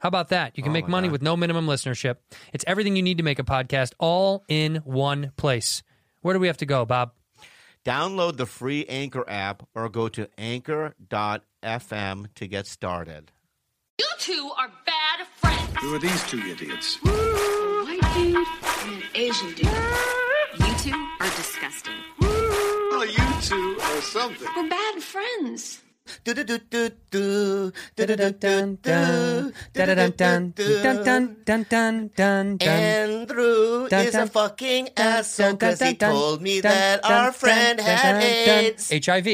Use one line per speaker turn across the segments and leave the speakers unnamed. How about that? You can make money with no minimum listenership. It's everything you need to make a podcast all in one place. Where do we have to go, Bob?
Download the free Anchor app or go to anchor.fm to get started.
You two are bad friends.
Who are these two idiots?
white dude and an Asian dude. You two are disgusting.
Well, you two are something.
We're bad friends.
Andrew is a fucking asshole because he told me that our friend had AIDS.
HIV.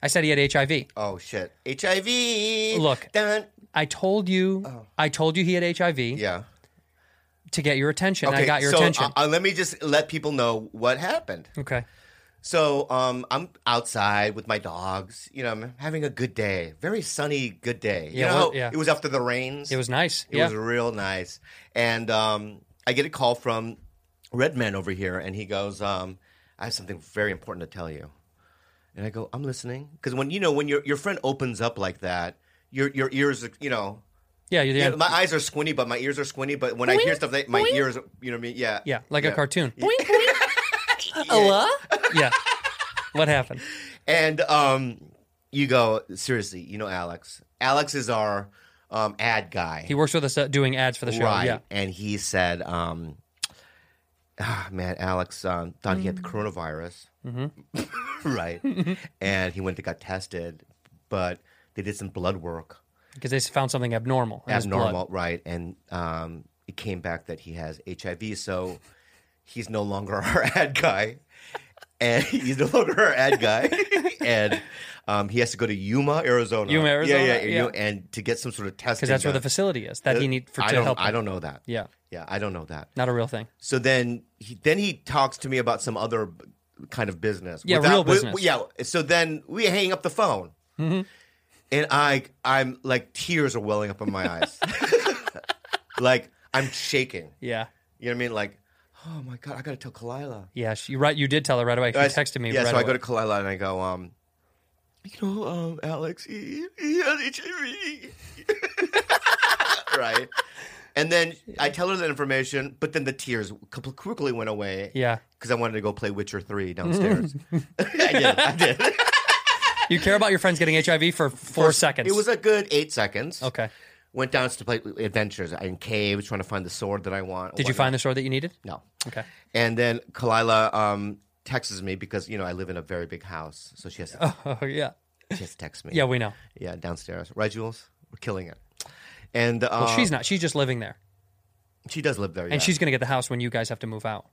I said he had HIV.
Oh shit, HIV.
Look.
Dun.
I told you. I told you he had HIV
Oh. yeah.
to get your attention. I got your
so,
attention.
uh, uh, let me just let people know what happened.
okay.
So um, I'm outside with my dogs. You know, I'm having a good day. Very sunny, good day. You
Yeah,
know,
well,
how
yeah.
it was after the rains.
It was nice.
It
yeah.
was real nice. And um, I get a call from Redman over here, and he goes, um, "I have something very important to tell you." And I go, "I'm listening," because when you know when your your friend opens up like that, your your ears, are, you know.
yeah. You're,
you know, my eyes are squinty, but my ears are squinty. But when I hear stuff, that my ears, you know what I mean? Yeah.
yeah. Like a
Yeah.
cartoon. Boing, boing. Hello? Yeah. What happened?
And um, you go, seriously, you know Alex. Alex is our um, ad guy.
He works with us uh, doing ads for the show.
Right.
Yeah.
And he said, um, ah, man, Alex um, thought he had the coronavirus. Mm-hmm. right. and he went to got tested, but they did some blood work,
Because they found something abnormal. in his blood.
abnormal, right? And um, it came back that he has HIV. So he's no longer our ad guy. And he's no longer our ad guy, and um, he has to go to Yuma, Arizona.
Yuma, Arizona,
yeah, yeah,
yeah.
you- and to get some sort of testing.
Because that's where the
done.
facility is that he need for
Uh, I
to
don't,
help.
I
him.
don't know that.
Yeah.
yeah, I don't know that.
Not a real thing.
So then he then he talks to me about some other b- kind of business.
Yeah, real business. Mm-hmm.
we- yeah. So then we hang up the phone, and I I'm like tears are welling up in my eyes, like I'm shaking.
Yeah.
You know what I mean? Like, oh my god, I gotta tell Kalila.
Yeah. She, you right. You did tell her right away. She
I-
texted me
Yeah,
right
so
away.
I go to Kalila and I go, um, you know, um, Alex, he, he has HIV, right? And then I tell her that information, but then the tears couple- quickly went away.
yeah.
because I wanted to go play Witcher Three downstairs. I did. I did.
You care about your friends getting HIV for four seconds.
It was a good eight seconds.
okay.
Went down to play adventures in caves, trying to find the sword that I want.
Did you find the sword that you needed?
No.
Okay.
And then Kalila um, texts me because you know I live in a very big house, so she has to,
Oh yeah.
she has to text me.
Yeah, we know.
yeah, downstairs. Right, Jules, we're killing it. And uh,
Well, she's not. She's just living there,
she does live there,
and she's going to get the house when you guys have to move out.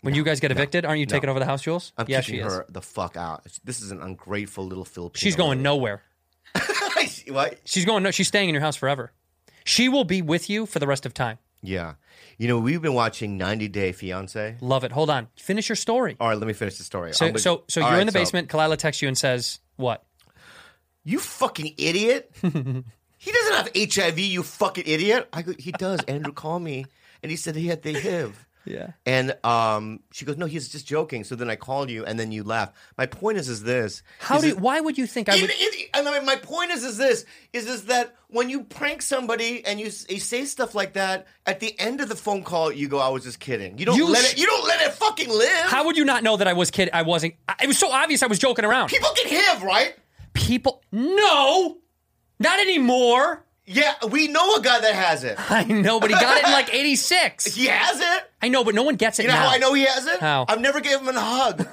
When you guys get evicted, aren't you taking over the house, Jules?
I'm
yeah,
kicking
she is.
her the fuck out. This is an ungrateful little Filipino.
She's going nowhere.
no. what?
She's going no. She's staying in your house forever. She will be with you for the rest of time.
Yeah, you know we've been watching 90 Day Fiance.
Love it. Hold on. Finish your story.
All right, let me finish the story.
So,
I'm gonna-
so, so
All
you're
right,
in the basement. Kalila texts you and says, "What?
you fucking idiot. he doesn't have HIV, you fucking idiot. I go, he does. Andrew called me and he said he had the HIV.
Yeah.
And um, she goes, no, he's just joking. So then I called you, and then you laughed. My point is, is this?
How
is
do?
it-
You, why would you think I
It-
would?
it- I mean, my point is, is this is is that when you prank somebody and you, s- you say stuff like that at the end of the phone call, you go, "I was just kidding." You don't
You
let
sh-
it. You don't let it fucking live.
How would you not know that I was kidding? I wasn't. I, it was so obvious. I was joking around.
people can have right?
People, no, not anymore.
Yeah, we know a guy that has it.
I know, but he got it in like 86.
He has it.
I know, but no one gets it
You know
now.
how I know he has it?
How?
I've never gave him a hug.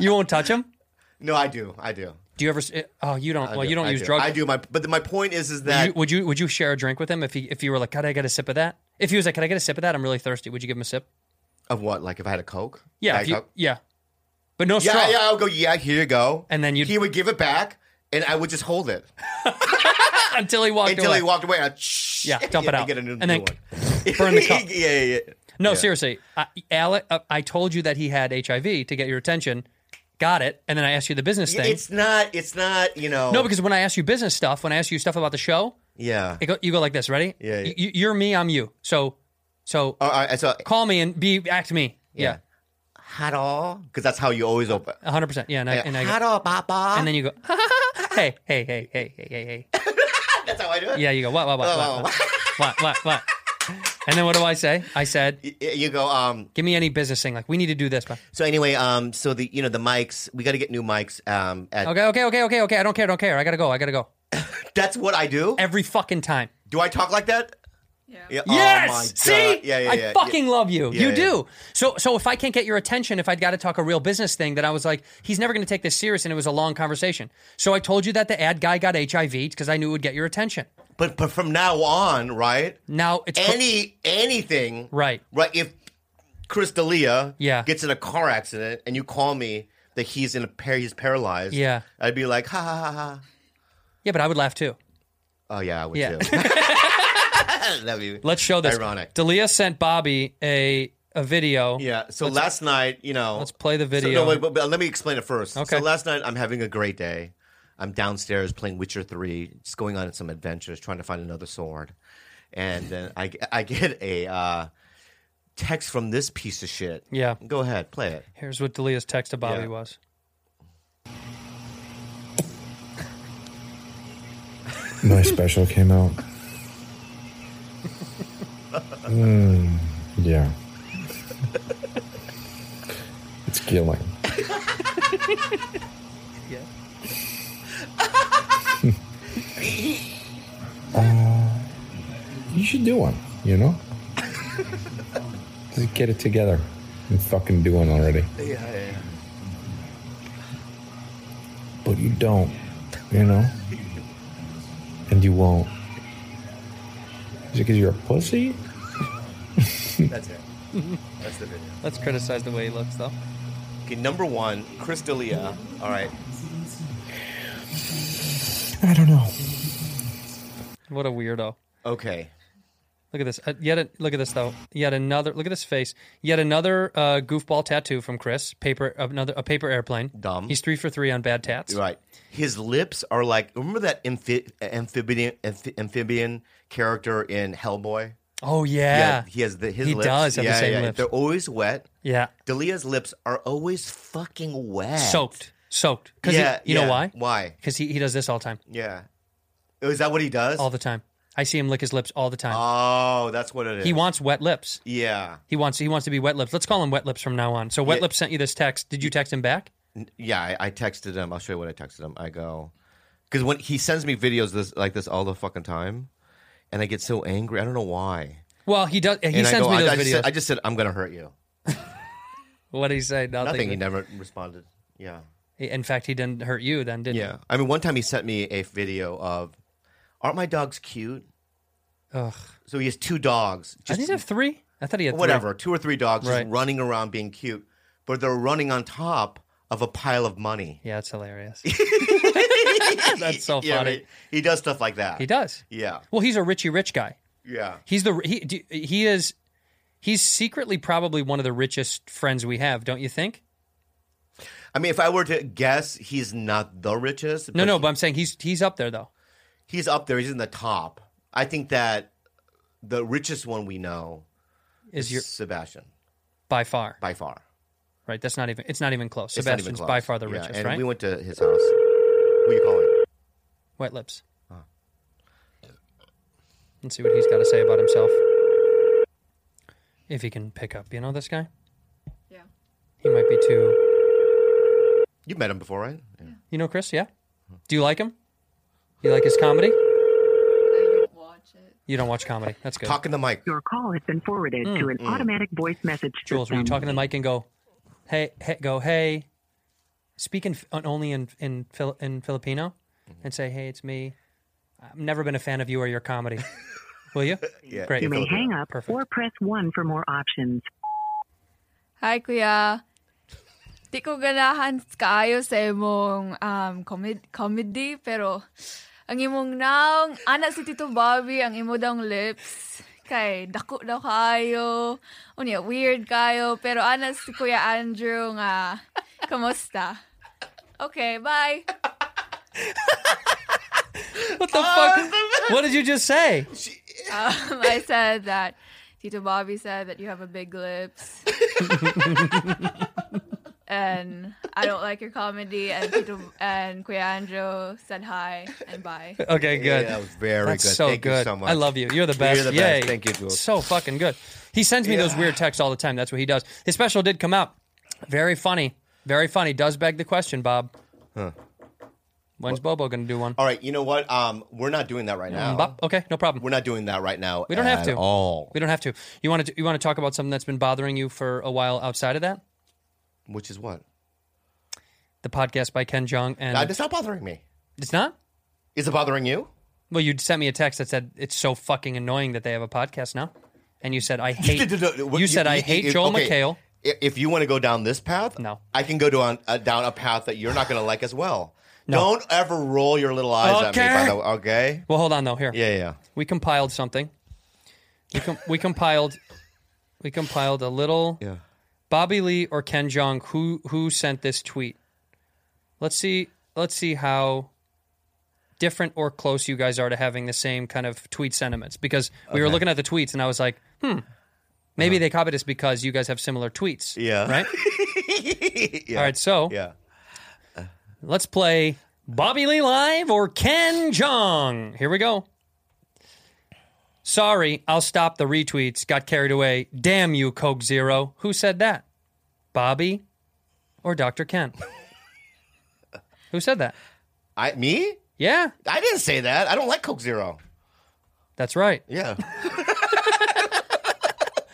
You won't touch him?
no, I do. I do.
Do you ever? s- Oh, you don't.
I
well,
do,
you don't
I
use
do.
drugs.
I do. My, but my point is, is
Would
that
you, would you would you share a drink with him if he if you were like, God, I get a sip of that? If he was like, Can I get a sip of that? I'm really thirsty. Would you give him a sip?
of what? Like if I had a coke?
Yeah,
Diet
if you-
Coke?
yeah, but no straw.
yeah, yeah. I'll go. Yeah, here you go.
And then you'd-
he would give it back, and I would just hold it
Until he walked
until
away.
he walked away. I'd,
Yeah, dump it
and
out.
get a new,
And
new
then
one.
burn the cup.
yeah, yeah, yeah.
no, seriously, I, Alec, uh, I told you that he had HIV to get your attention. Got it. And then I asked you the business thing.
It's not. It's not. You know.
no, because when I ask you business stuff, when I ask you stuff about the show,
yeah.
it go, you go like this. Ready?
Yeah, yeah. Oh.
You, you're me. I'm you. So, so
All right. So
call me and be act me. Yeah,
hot all because that's how you always open.
a hundred percent. Yeah, and I, and I go,
Hot all, papa.
and then you go, hey, hey, hey, hey, hey, hey, hey.
that's how I do it.
Yeah, you go, what, what, what, what,
Oh.
what, what, what, what. And then what do I say? I said,
Y- You go. Um.
give me any business thing. Like, we need to do this. But,
So anyway. Um. So the you know the mics. We got to get new mics. Um. At,
okay, okay, okay, okay, okay. I don't care, don't care. I gotta go, I gotta go.
That's what I do.
Every fucking time.
Do I talk like that? Yeah. Oh, my
Yes!
God.
See?
Yeah. Yeah. yeah,
I fucking love you. you
yeah.
do. So so if I can't get your attention, if I'd got to talk a real business thing that I was like, he's never going to take this serious and it was a long conversation. So I told you that the ad guy got HIV because I knew it would get your attention.
But but from now on, right?
Now it's
Any anything.
Right.
Right. If Chris D'Elia
Yeah.
gets in a car accident and you call me that he's in a par- he's paralyzed.
Yeah.
I'd be like ha ha ha ha.
Yeah, but I would laugh too.
Oh yeah, I would
Yeah.
too. That'd be
Let's show this.
Ironic.
Dalia sent Bobby a a video.
Yeah. So last night, you know,
Let's play the
so-
video.
no, wait, but, but let me explain it first.
Okay.
So last night, I'm having a great day. I'm downstairs playing Witcher Three, just going on some adventures, trying to find another sword, and then I I get a uh, text from this piece of shit.
Yeah.
Go ahead, play it.
Here's what Dalia's text to Bobby
Yeah.
was.
My special came out. Mm, yeah. It's killing. Uh, you should do one, you know? Just get it together and fucking do one already. Yeah, yeah. But you don't, you know? and you won't. Is it because you're a pussy?
That's it. That's the video.
Let's criticize the way he looks, though.
Okay, number one, Chris D'Elia. All right.
I don't know.
What a weirdo.
Okay.
Look at this. Uh, yet a, look at this though. Yet another. Look at this face. Yet another uh, goofball tattoo from Chris. Paper. Another a paper airplane.
Dumb.
He's three for three on bad tats.
Right. His lips are like remember that amphi- amphibian amphi- amphibian character in Hellboy.
Oh yeah.
he has the his
He
lips.
does have the
yeah,
same
yeah,
lips.
They're always wet.
Yeah.
Delia's lips are always fucking wet.
Soaked. Soaked. Because
Yeah.
you know
yeah.
why?
Why?
Because he, he does this all the time.
Yeah. Oh, Is that what he does?
All the time. I see him lick his lips all the time.
oh, that's what it is.
he wants wet lips.
Yeah.
He wants he wants to be wet lips. Let's call him wet lips from now on. So wet
Yeah.
lips sent you this text. Did you text him back?
Yeah. I, I texted him. I'll show you what I texted him. I go because when he sends me videos this like this all the fucking time, and I get so angry. I don't know why.
Well, he does. He
and
sends
I go,
me
I,
those
I
videos.
just said, I just said I'm gonna hurt you.
what did he say? Nothing.
Nothing. He never responded. Yeah.
In fact, he didn't hurt you then, didn't
Yeah. I mean, one time he sent me a video of, aren't my dogs cute?
he? Ugh.
So he has two dogs.
Does
Just
he have three? I thought he had
whatever, two or three dogs
Right.
just running around being cute, but they're running on top of a pile of money.
Three. Yeah, it's hilarious. That's so
Yeah,
funny.
right? He does stuff like that.
He does.
Yeah.
Well, he's a Richie Rich guy.
Yeah.
He's the he do- he is he's secretly probably one of the richest friends we have, don't you think?
I mean, if I were to guess, he's not the richest.
No, no, but I'm saying he's he's up there though.
he's up there. He's in the top. I think that the richest one we know
Is your
Sebastian
by far
by far.
right? That's not even it's not even close.
It's not even
Sebastian's
close.
by far the
Yeah,
richest,
and
right?
We went to his house. Who are you calling?
Wet lips.
Ah.
Let's see what he's got to say about himself. If he can pick up, you know this guy.
Yeah.
He might be too.
You met him before, right? Yeah.
You know Chris, yeah. Do you like him? You like his comedy?
don't watch it.
You don't watch comedy. That's good.
Talk in the mic.
Your call has been forwarded to an automatic voice message
Mm-hmm. Jules, were you talking to the mic and go, hey, hey go, hey, speak in, uh, only in in, Phil, in Filipino
Mm-hmm.
and say, hey, it's me. I've never been a fan of you or your comedy. Will you?
Yeah,
Great.
You may hang up
Perfect.
or press 1 for more options.
Hi, kuya. Di ko ganahan kaayo sa imong um, comed- comedy, pero ang imong naong, anak si Tito Bobby, ang imo daong lips. Kay, dako daw kayo. Unya, weird kayo. Pero anak si Kuya Andrew nga, kamusta? Okay, bye.
What the fuck? What did you just say?
Um, I said that Tito Bobby said that you have a big lips. and I don't like your comedy. And Tito and Queandro said hi and bye.
Okay, good.
Yeah, that was very
That's
good.
so
Thank
good.
you so much.
I love you. You're the best.
You're the
Yay.
best. Thank you, Jules.
So fucking good. He sends me those weird texts all the time. That's what he does. His special did come out. Very funny. Very funny. Does beg the question, Bob. When's Bobo going to do one?
All right, you know what? Um, we're not doing that right now.
Mm, Bob? Okay, no problem.
We're not doing that right now.
We don't have
at
to.
All.
We don't have to. You want to you want to talk about something that's been bothering you for a while outside of that?
Which is what?
The podcast by Ken Jong and
Uh, It's not bothering me.
it's not.
Is it bothering you?
Well, you sent me a text that said it's so fucking annoying that they have a podcast now, and you said I hate. you said I hate
you-
Joel
okay.
McHale.
I- If you want to go down this path,
No.
I can go down uh, down a path that you're not going to like as well.
No.
Don't ever roll your little eyes at me.
Okay.
By the way, okay.
Well, hold on though. Here,
Yeah, yeah, yeah.
we compiled something. We com- we compiled, we compiled a little
Yeah.
Bobby Lee or Ken Jong who who sent this tweet. Let's see let's see how different or close you guys are to having the same kind of tweet sentiments because we were looking at the tweets and I was like, hmm, maybe they copied us because you guys have similar tweets.
Uh-huh. Yeah.
Right? All right, so
Yeah.
let's play Bobby Lee Live or Ken Jong. Here we go. Sorry, I'll stop the retweets. Got carried away. Damn you, Coke Zero. Who said that? Bobby or Dr. Ken? Who said that?
I me?
Yeah,
I didn't say that. I don't like Coke Zero.
that's right.
Yeah.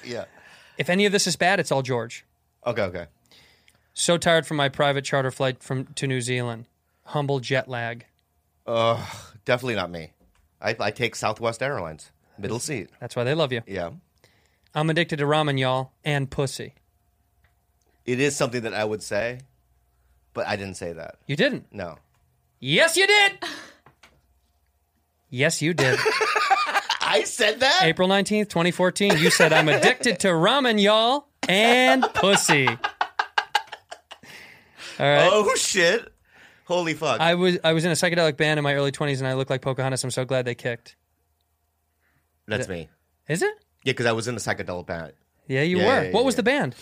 yeah.
If any of this is bad, it's all George.
Okay. Okay.
So tired from my private charter flight from to New Zealand. Humble jet lag.
Definitely not me. I, I take Southwest Airlines, middle seat.
That's why they love you.
Yeah.
I'm addicted to ramen, y'all, and pussy.
It is something that I would say, but I didn't say that.
You didn't.
No.
Yes, you did. Yes, you did.
I said that?
April 19th, 2014, you said, I'm addicted to ramen, y'all, and pussy. All right.
Oh, shit. Holy fuck.
I was I was in a psychedelic band in my early 20s and I looked like Pocahontas. I'm so glad they kicked.
That's me.
Is it?
Yeah, because I was in a psychedelic band.
Yeah, you
Yeah,
were.
yeah,
what
yeah,
was
yeah.
the band?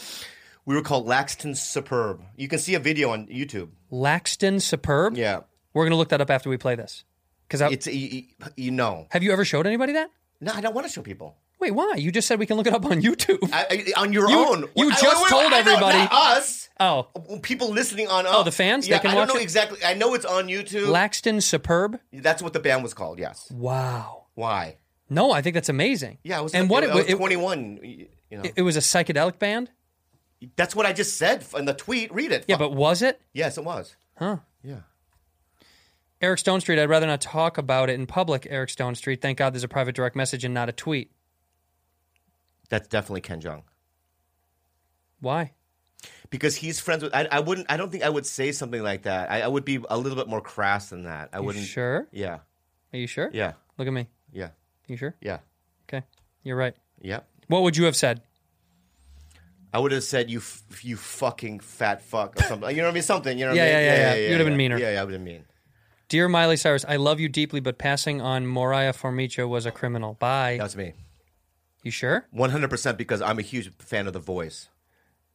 We were called Laxton Superb. You can see a video on YouTube.
Laxton Superb?
Yeah.
We're going to look that up after we play this. Cuz
It's, you, you know.
have you ever showed anybody that?
No, I don't want to show people.
Wait, why? You just said we can look it up on YouTube.
I, I, on your
You-
own.
you
I-
just told
I don't-
everybody-
Not us.
oh,
People listening on.
Oh, the fans? They
Yeah,
can
I don't
watch
know
it?
exactly. I know it's on YouTube.
Laxton Superb?
That's what the band was called, yes.
Wow.
Why?
No, I think that's amazing.
Yeah, I was,
And what
I was
it, it,
21. You know.
it was a psychedelic band?
That's what I just said in the tweet. Read it.
Yeah,
Fuck.
but was it?
Yes, it was.
Huh.
Yeah.
Eric Stone Street, I'd rather not talk about it in public, Eric Stone Street. Thank God there's a private direct message and not a tweet.
That's definitely Ken Jong.
Why?
Because he's friends with I, I wouldn't I don't think I would say something like that. I, I would be a little bit more crass than that. I
You
wouldn't
sure?
Yeah.
Are you sure?
Yeah.
Look at me.
Yeah.
You sure?
Yeah.
Okay. You're right.
Yep.
What would you have said?
I would have said you f- you fucking fat fuck or something. You know what I mean? Something, you know what
Yeah,
I mean?
yeah, yeah, yeah. You would have been meaner.
Yeah, yeah, I would have been mean.
Dear Miley Cyrus, I love you deeply, but passing on Moriah Formica was a criminal. Bye.
That's me.
You sure?
100% because I'm a huge fan of The Voice.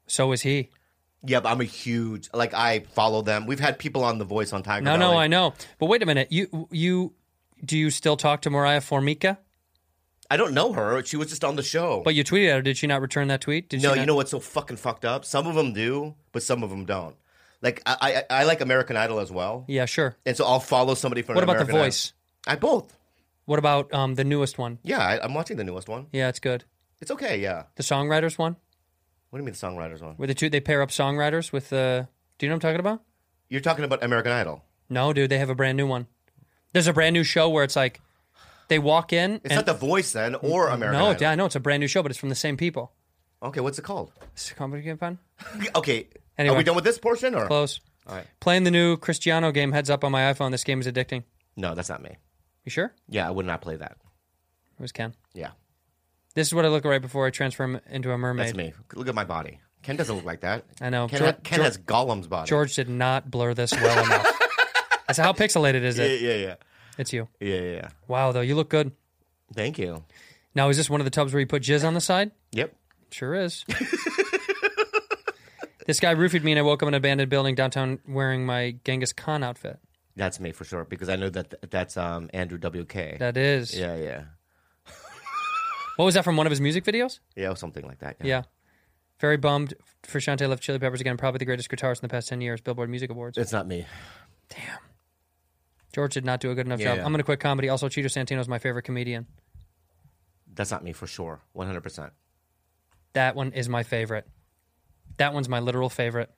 So is he.
Yeah, but I'm a huge like I follow them. We've had people on The Voice on Tiger
No,
Valley.
no, I know. But wait a minute. You, you, do you still talk to Moriah Formica?
I don't know her. She was just on the show.
But you tweeted at her. Did she not return that tweet? Did she
No,
not-
you know what's so fucking fucked up? Some of them do, but some of them don't. Like I, I, I like American Idol as well,
Yeah, sure.
and so I'll follow somebody from.
What about
American
the voice?
I both.
What about um, the newest one?
Yeah, I, I'm watching the newest one.
Yeah, it's good.
It's okay. Yeah.
The songwriters one,
What do you mean the songwriters one?
where the two they pair up songwriters with the. do you know what I'm talking about?
You're talking about American Idol.
No, dude, they have a brand new one. There's a brand new show where it's like they walk in.
It's not The Voice then, or American
no,
Idol.
yeah, I know it's a brand new show, but it's from the same people.
Okay, what's it called?
Is it comedy game pun?
Okay. Are
Anyway.
we done with this portion or?
Close.
All right.
Playing the new Cristiano game heads up on my iPhone. This game is addicting.
No, that's not me.
You sure?
Yeah, I would not play that.
It was Ken.
Yeah,
This is what I look right before I transform into a mermaid.
that's me. Look at my body. Ken doesn't look like that.
I know.
Ken,
Geor-
ha- Ken
Geor-
has Gollum's body.
George did not blur this well enough. I said, how pixelated is
Yeah,
it?
yeah, yeah,
It's you.
yeah, yeah. yeah.
Wow, though, you look good.
Thank you.
Now, is this one of the tubs where you put jizz on the side?
Yep.
Sure is. this guy roofied me, and I woke up in an abandoned building downtown wearing my Genghis Khan outfit.
That's me for sure because I know that th- that's um Andrew WK.
That is.
yeah, yeah,
What was that from one of his music videos?
yeah, or something like that.
Yeah. Very bummed for Shantae left Chili Peppers again. Probably the greatest guitarist in the past 10 years, Billboard Music Awards.
it's not me.
George did not do a good enough
Yeah,
job.
yeah.
I'm going to quit comedy. Also, Cheeto Santino is my favorite comedian.
That's not me for sure. One hundred percent.
That one is my favorite. That one's my literal favorite.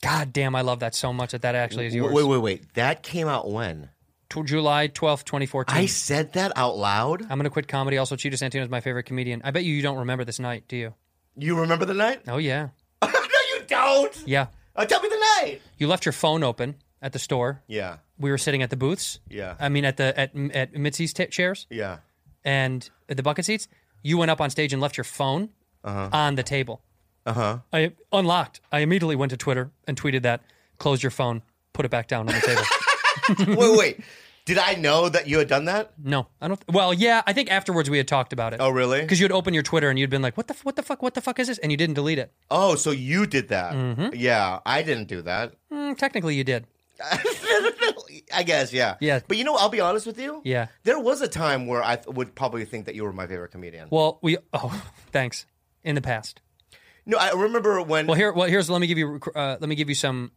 God damn, I love that so much that that actually is yours.
Wait, wait, wait. That came out when
Tw- July 12th, 2014.
I said that out loud.
I'm going to quit comedy. Also, Cheetah Santino is my favorite comedian. I bet you you don't remember this night, do you?
You remember the night?
Oh, yeah.
no, you don't.
Yeah.
Uh, tell me the night.
You left your phone open at the store.
Yeah,
We were sitting at the booths.
Yeah.
I mean, at the at at Mitzi's t- chairs
yeah.
and at the bucket seats. You went up on stage and left your phone
Uh-huh.
on the table. Uh huh. I unlocked. I immediately went to Twitter and tweeted that. Closed your phone. Put it back down on the table.
wait, wait. Did I know that you had done that?
no, I don't. well, yeah. I think afterwards we had talked about it.
Oh, really?
Because you'd open your Twitter and you'd been like, "What the f- what the fuck? What the fuck is this?" And you didn't delete it.
Oh, so you did that?
Mm-hmm.
Yeah, I didn't do that.
Mm, technically, you did.
I guess, yeah.
Yeah.
But you know, I'll be honest with you.
Yeah.
There was a time where I th- would probably think that you were my favorite comedian.
Well, we. Oh, thanks. In the past.
no, I remember when.
Well, here. Well, here's. Let me give you. Uh, let me give you some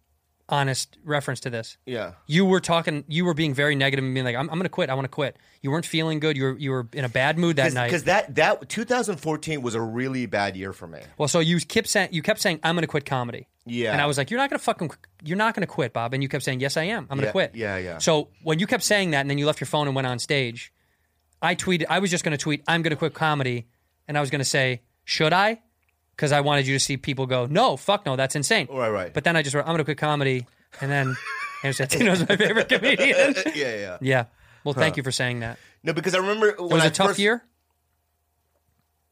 honest reference to this.
yeah.
You were talking. You were being very negative and being like, "I'm, I'm going to quit. I want to quit." You weren't feeling good. You were. You were in a bad mood that night.
Because that, that 2014 was a really bad year for me.
well, so you kept saying. You kept saying, "I'm going to quit comedy."
Yeah.
And I was like, "You're not going to fucking. qu- You're not going to quit, Bob." And you kept saying, "Yes, I am. I'm going to
Yeah,
quit."
yeah, yeah.
So when you kept saying that, and then you left your phone and went on stage, I tweeted. I was just going to tweet, "I'm going to quit comedy," and I was going to say, "Should I?" Because I wanted you to see people go, "No, fuck no, that's insane."
Right, right.
But then I just wrote, I'm going to quit comedy. And then Andrew Santino's my favorite comedian.
yeah, yeah.
yeah. Well, thank you for saying that.
No, because I remember
It
when
was
I
a tough
first-
year.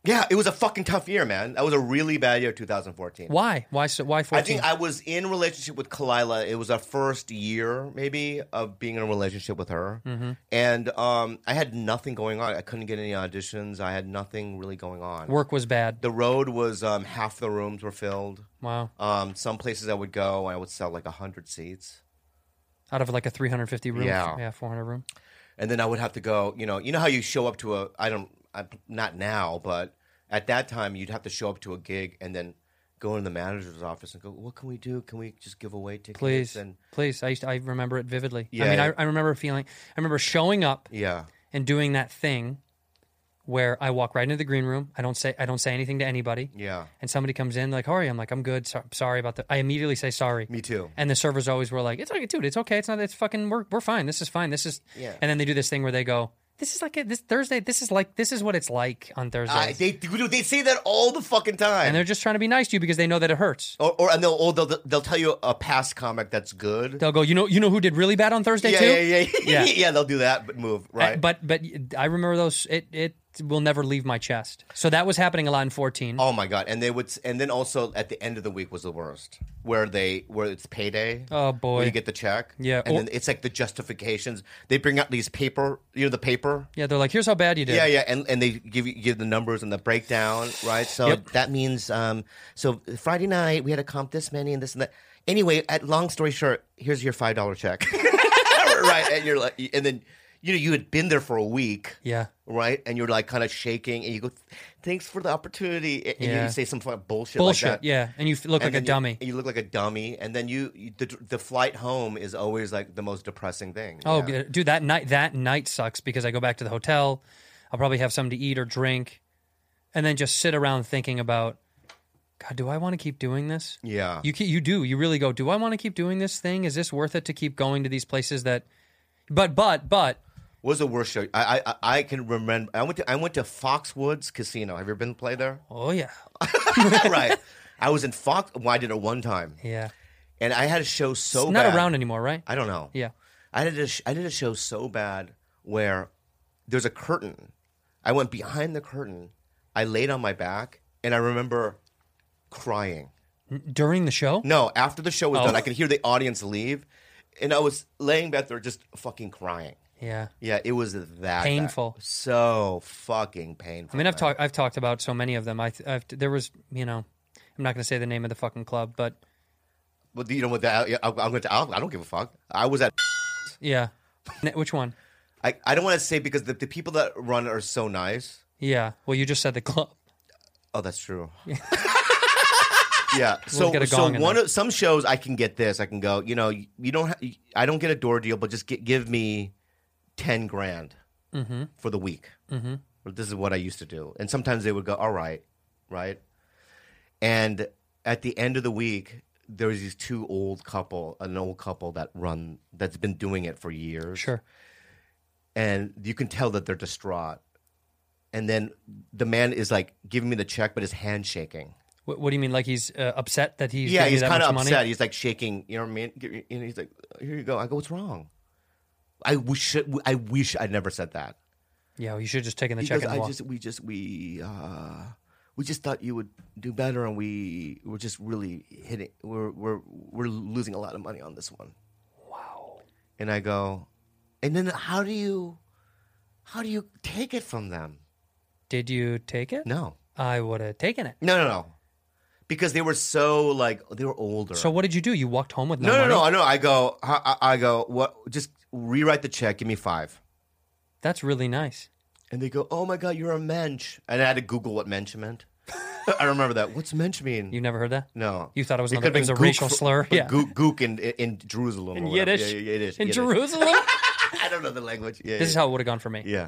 Yeah, it was a fucking tough year, man. That was a really bad year, 2014.
Why? Why? So, why
I
14?
think I was in a relationship with Kalila. It was our first year, maybe, of being in a relationship with her, and um, I had nothing going on. I couldn't get any auditions. I had nothing really going on.
Work was bad.
The road was um, half the rooms were filled.
Wow.
Um, some places I would go, I would sell like hundred seats,
Out of like a 350 room.
Yeah.
400 room.
and then I would have to go. You know, you know how you show up to a. I don't. I, not now, but at that time, you'd have to show up to a gig and then go in the manager's office and go, "What can we do? Can we just give away tickets?"
Please.
And
Please. I, used to, I remember it vividly. I
Yeah,
mean,
yeah.
I, I remember feeling, I remember showing up
yeah.
and doing that thing where I walk right into the green room. I don't say, I don't say anything to anybody.
Yeah.
And somebody comes in like, how are you? I'm like, I'm good. So, sorry about that. I immediately say sorry.
Me too.
And the servers always were like, "It's okay, dude. It's okay. It's not. It's fucking. We're we're fine. This is fine. This is."
Yeah.
And then they do this thing where they go, "This is like a, this Thursday. This is like this is what it's like on Thursday."
I, they do. They say that all the fucking time.
and they're just trying to be nice to you because they know that it hurts.
or, or and they'll, or they'll they'll tell you a past comic that's good.
They'll go, "You know, you know who did really bad on Thursday
Yeah,
too."
yeah, yeah, yeah,
Yeah.
yeah. They'll do that, but move
I-
right.
but but I remember those. It it will never leave my chest. So that was happening a lot in fourteen.
oh my god! And they would, s- and then also at the end of the week was the worst, where they where it's payday.
Oh, boy.
where you get the check.
Yeah,
and
or-
then it's like the justifications. They bring out these paper, you know, the paper.
Yeah, they're like, "Here's how bad you did."
Yeah, yeah, and, and they give you give the numbers and the breakdown, right? So
Yep.
that means um, so Friday night we had to comp this many and this and that. Anyway, at long story short, here's your five dollar check, right? And you're like, and then you know, you had been there for a week,
Yeah.
right? And you're like kind of shaking, and you go, "Thanks for the opportunity," and
Yeah.
you say some fucking bullshit,
Bullshit.
like that.
yeah. And you f- look
And
like a
then you-
dummy.
You, look like a dummy, and then you, you the, the flight home is always like the most depressing thing.
Oh,
yeah.
g- dude, that night that night sucks because I go back to the hotel. I'll probably have something to eat or drink, and then just sit around thinking about, God, do I want to keep doing this?
yeah,
You ke- you do. You really go. Do I want to keep doing this thing? Is this worth it to keep going to these places that? But but but
What was the worst show? I I- I, I can remember. I went to I went to Foxwoods Casino. Have you ever been to play there?
oh yeah
right. I was in Fox. Well, I did it one time,
yeah.
and I had a show so
it's not
bad.
around anymore, right?
I don't know.
yeah.
I did a sh- I did a show so bad where there's a curtain. I went behind the curtain. I laid on my back, and I remember crying.
During the show.
No, after the show was
Oh.
done, I could hear the audience leave, and I was laying back there just fucking crying.
Yeah.
Yeah, it was that bad.
Painful.
So fucking
I
painful.
mean, I've
man.
talked I've talked about so many of them. I th- I've, there was you know I'm not going to say the name of the fucking club, but
But you know what? That, I, I'm going to. I don't give a fuck. I was at.
yeah. N- Which one?
I, I don't want to say because the, the people that run are so nice.
Yeah. Well, you just said the club.
Oh, that's true. yeah. So
get a
so
gong in
one
there.
of some shows I can get this. I can go. You know, you, you don't. Ha- I don't get a door deal, but just gi- give me ten grand for the week. Mm-hmm. This is what I used to do, and sometimes they would go, "All right, right." And at the end of the week, there was these two old couple, an old couple that run that's been doing it for years.
Sure.
and you can tell that they're distraught. And then the man is like giving me the check, but his hand shaking.
What, what do you mean? Like he's uh, upset that he's
yeah,
giving you
he's
that
kind of
much
upset.
money?
He's like shaking. You know what I mean? Give- And he's like, "Here you go." I go, "What's wrong?" I wish. I wish I never said that.
Yeah, well, you should have just taken the
Because
check and
I
walked.
just, we just, we, uh, we just thought you would do better, and we were just really hitting. We're we're we're losing a lot of money on this one. Wow. And I go, and then how do you, how do you take it from them?
Did you take it?
No,
I would have taken it.
no, no, no, because they were so like they were older.
So what did you do? You walked home with no,
no,
money?
no, no, I know. I go, I, I I go. What? Just rewrite the check. Give me five.
That's really nice.
And they go, "Oh my god, you're a mensch." And I had to Google what mensch meant. I remember that. What's mensch mean?
You never heard that?
no,
You thought it was another-
could've
it was
been
a racial
gook for-
slur?
but
Yeah.
gook, gook in, in Jerusalem.
In
or whatever.
Yiddish?
Yeah, yeah, Yiddish.
In
Yiddish.
Jerusalem?
I don't know the language. Yeah,
this
yeah.
is how it would have gone for me.
Yeah,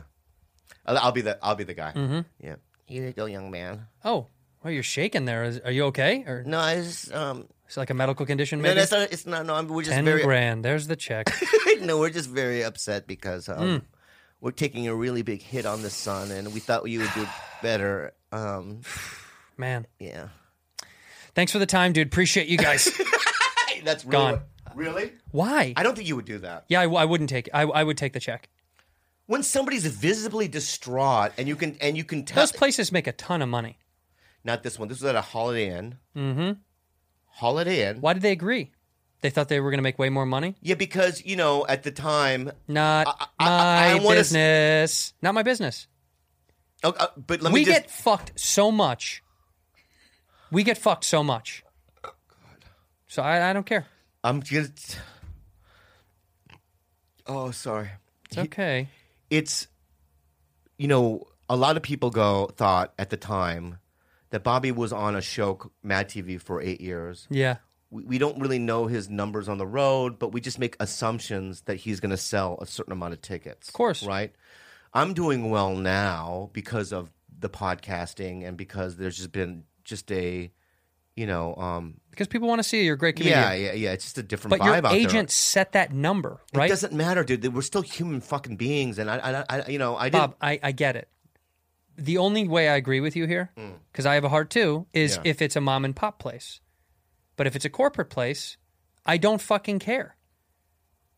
I'll, I'll be the I'll be the guy.
Mm-hmm.
Yeah. Here you go, young man.
Oh, well, you're shaking there. Is, are you okay? Or
No, it's um,
it's like a medical condition
no,
maybe?
that's not. It's not. No, I'm, we're just
10
very
grand. There's the check.
no, we're just very upset because um,
Hmm.
we're taking a really big hit on the sun, and we thought you would do better. Um,
Man,
yeah,
thanks for the time, dude. Appreciate you guys.
that's
Gone.
Really?
Why?
I don't think you would do that.
yeah, I, I wouldn't take I, I would take the check.
When somebody's visibly distraught, and you can and you can tell.
Those places make a ton of money.
not this one. This was at a Holiday Inn. Mm-hmm. Holiday Inn.
Why did they agree? They thought they were going to make way more money?
Yeah, because you know at the time.
Not
I- I- I
my
wanna s-
business. Not my business.
Oh, uh, but let me
we
just.
get fucked so much. We get fucked so much. So I, I don't care.
I'm just. Oh, sorry.
It's okay.
it's you know a lot of people go thought at the time that Bobby was on a show c- Mad TV for eight years.
Yeah.
We, we don't really know his numbers on the road, but we just make assumptions that he's going to sell a certain amount of tickets. Of
course.
right? I'm doing well now because of the podcasting and because there's just been just a you know um
Because people want to see you're a great comedian.
yeah yeah yeah it's just a different
but
vibe
your
out
agent
there.
set that number,
It
right?
doesn't matter, dude. We're still human fucking beings, and I, I, I you know, I didn't.
Bob, I, I get it. The only way I agree with you here, because I have a heart too, is
Mm. Yeah.
if it's a mom and pop place. But if it's a corporate place, I don't fucking care.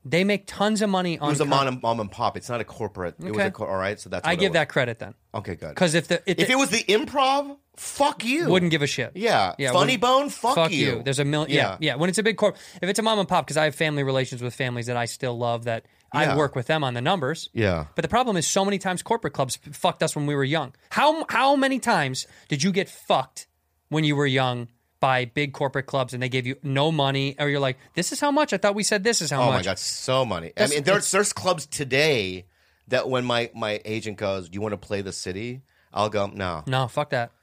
They make tons of money on.
It was a
con-
mom and, mom and pop. It's not a corporate. It was
Okay.
a cor- all right. So that's
I
what
give
it
that credit then,
was. Okay, good.
because if the
if it was the improv, fuck you.
wouldn't give a shit.
Yeah. Funny
wouldn't-
Bone, fuck
you.
you.
There's a million. Yeah.
Yeah.
yeah, When it's a big corp, if it's a mom and pop, because I have family relations with families that I still love, that I
Yeah.
work with them on the numbers.
Yeah.
But the problem is, so many times corporate clubs f- fucked us when we were young. How how many times did you get fucked when you were young? By big corporate clubs, and they gave you no money, or you're like, "This is how much I thought we said. This is how
Oh
much."
my god, so money.
That's-
I mean, there's there's clubs today that when my my agent goes, "Do you want to play the city?" I'll go, "No."
No, fuck that.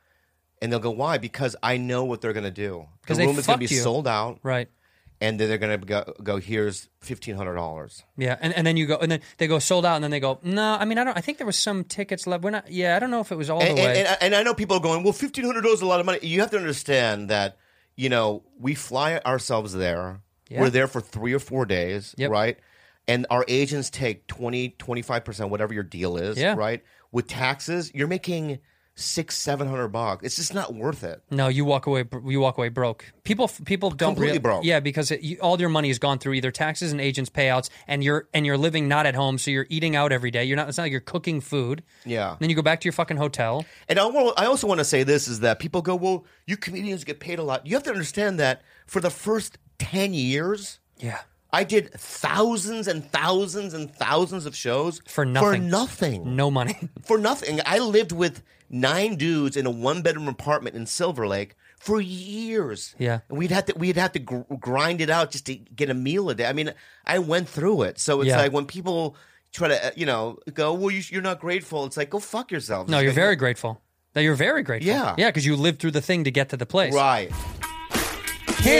And they'll go, "Why?" Because I know what they're going to do.
'Cause
The
they
room is going to
fucked
be
you.
sold out,
Right.
and then they're going to go, go, "Here's fifteen hundred dollars."
Yeah, and, and then you go, and then they go sold out, and then they go, no, I mean, I don't. I think there was some tickets left. We're not. Yeah, I don't know if it was all
And,
the way.
and, and, and I know people are going, "Well, fifteen hundred dollars is a lot of money." You have to understand that you know we fly ourselves there.
Yeah.
We're there for three or four days,
Yep.
right? And our agents take 20, 25 percent, whatever your deal is,
Yeah.
right? With taxes, you're making six, seven hundred bucks. It's just not worth it.
no, you walk away. bro- You walk away broke. People, people don't
Completely broke.
Yeah, because it, you, all your money has gone through either taxes and agents payouts, and you're and you're living not at home, so you're eating out every day. You're not. It's not like you're cooking food.
Yeah.
Then you go back to your fucking hotel.
And I, wa- I also want to say this is that people go, well, you comedians get paid a lot. You have to understand that for the first 10 years,
Yeah.
I did thousands and thousands and thousands of shows
For nothing.
For nothing.
No money.
For nothing. I lived with nine dudes in a one bedroom apartment in Silver Lake for years.
Yeah.
And we'd have to we'd have to gr- grind it out just to get a meal a day. I mean, I went through it. So it's
Yeah.
like when people try to, uh, you know, go, well, you, sh- you're not grateful. It's like, go fuck yourself.
No, you're very grateful. That you're very grateful.
Yeah.
Yeah, because you lived through the thing to get to the place.
Right.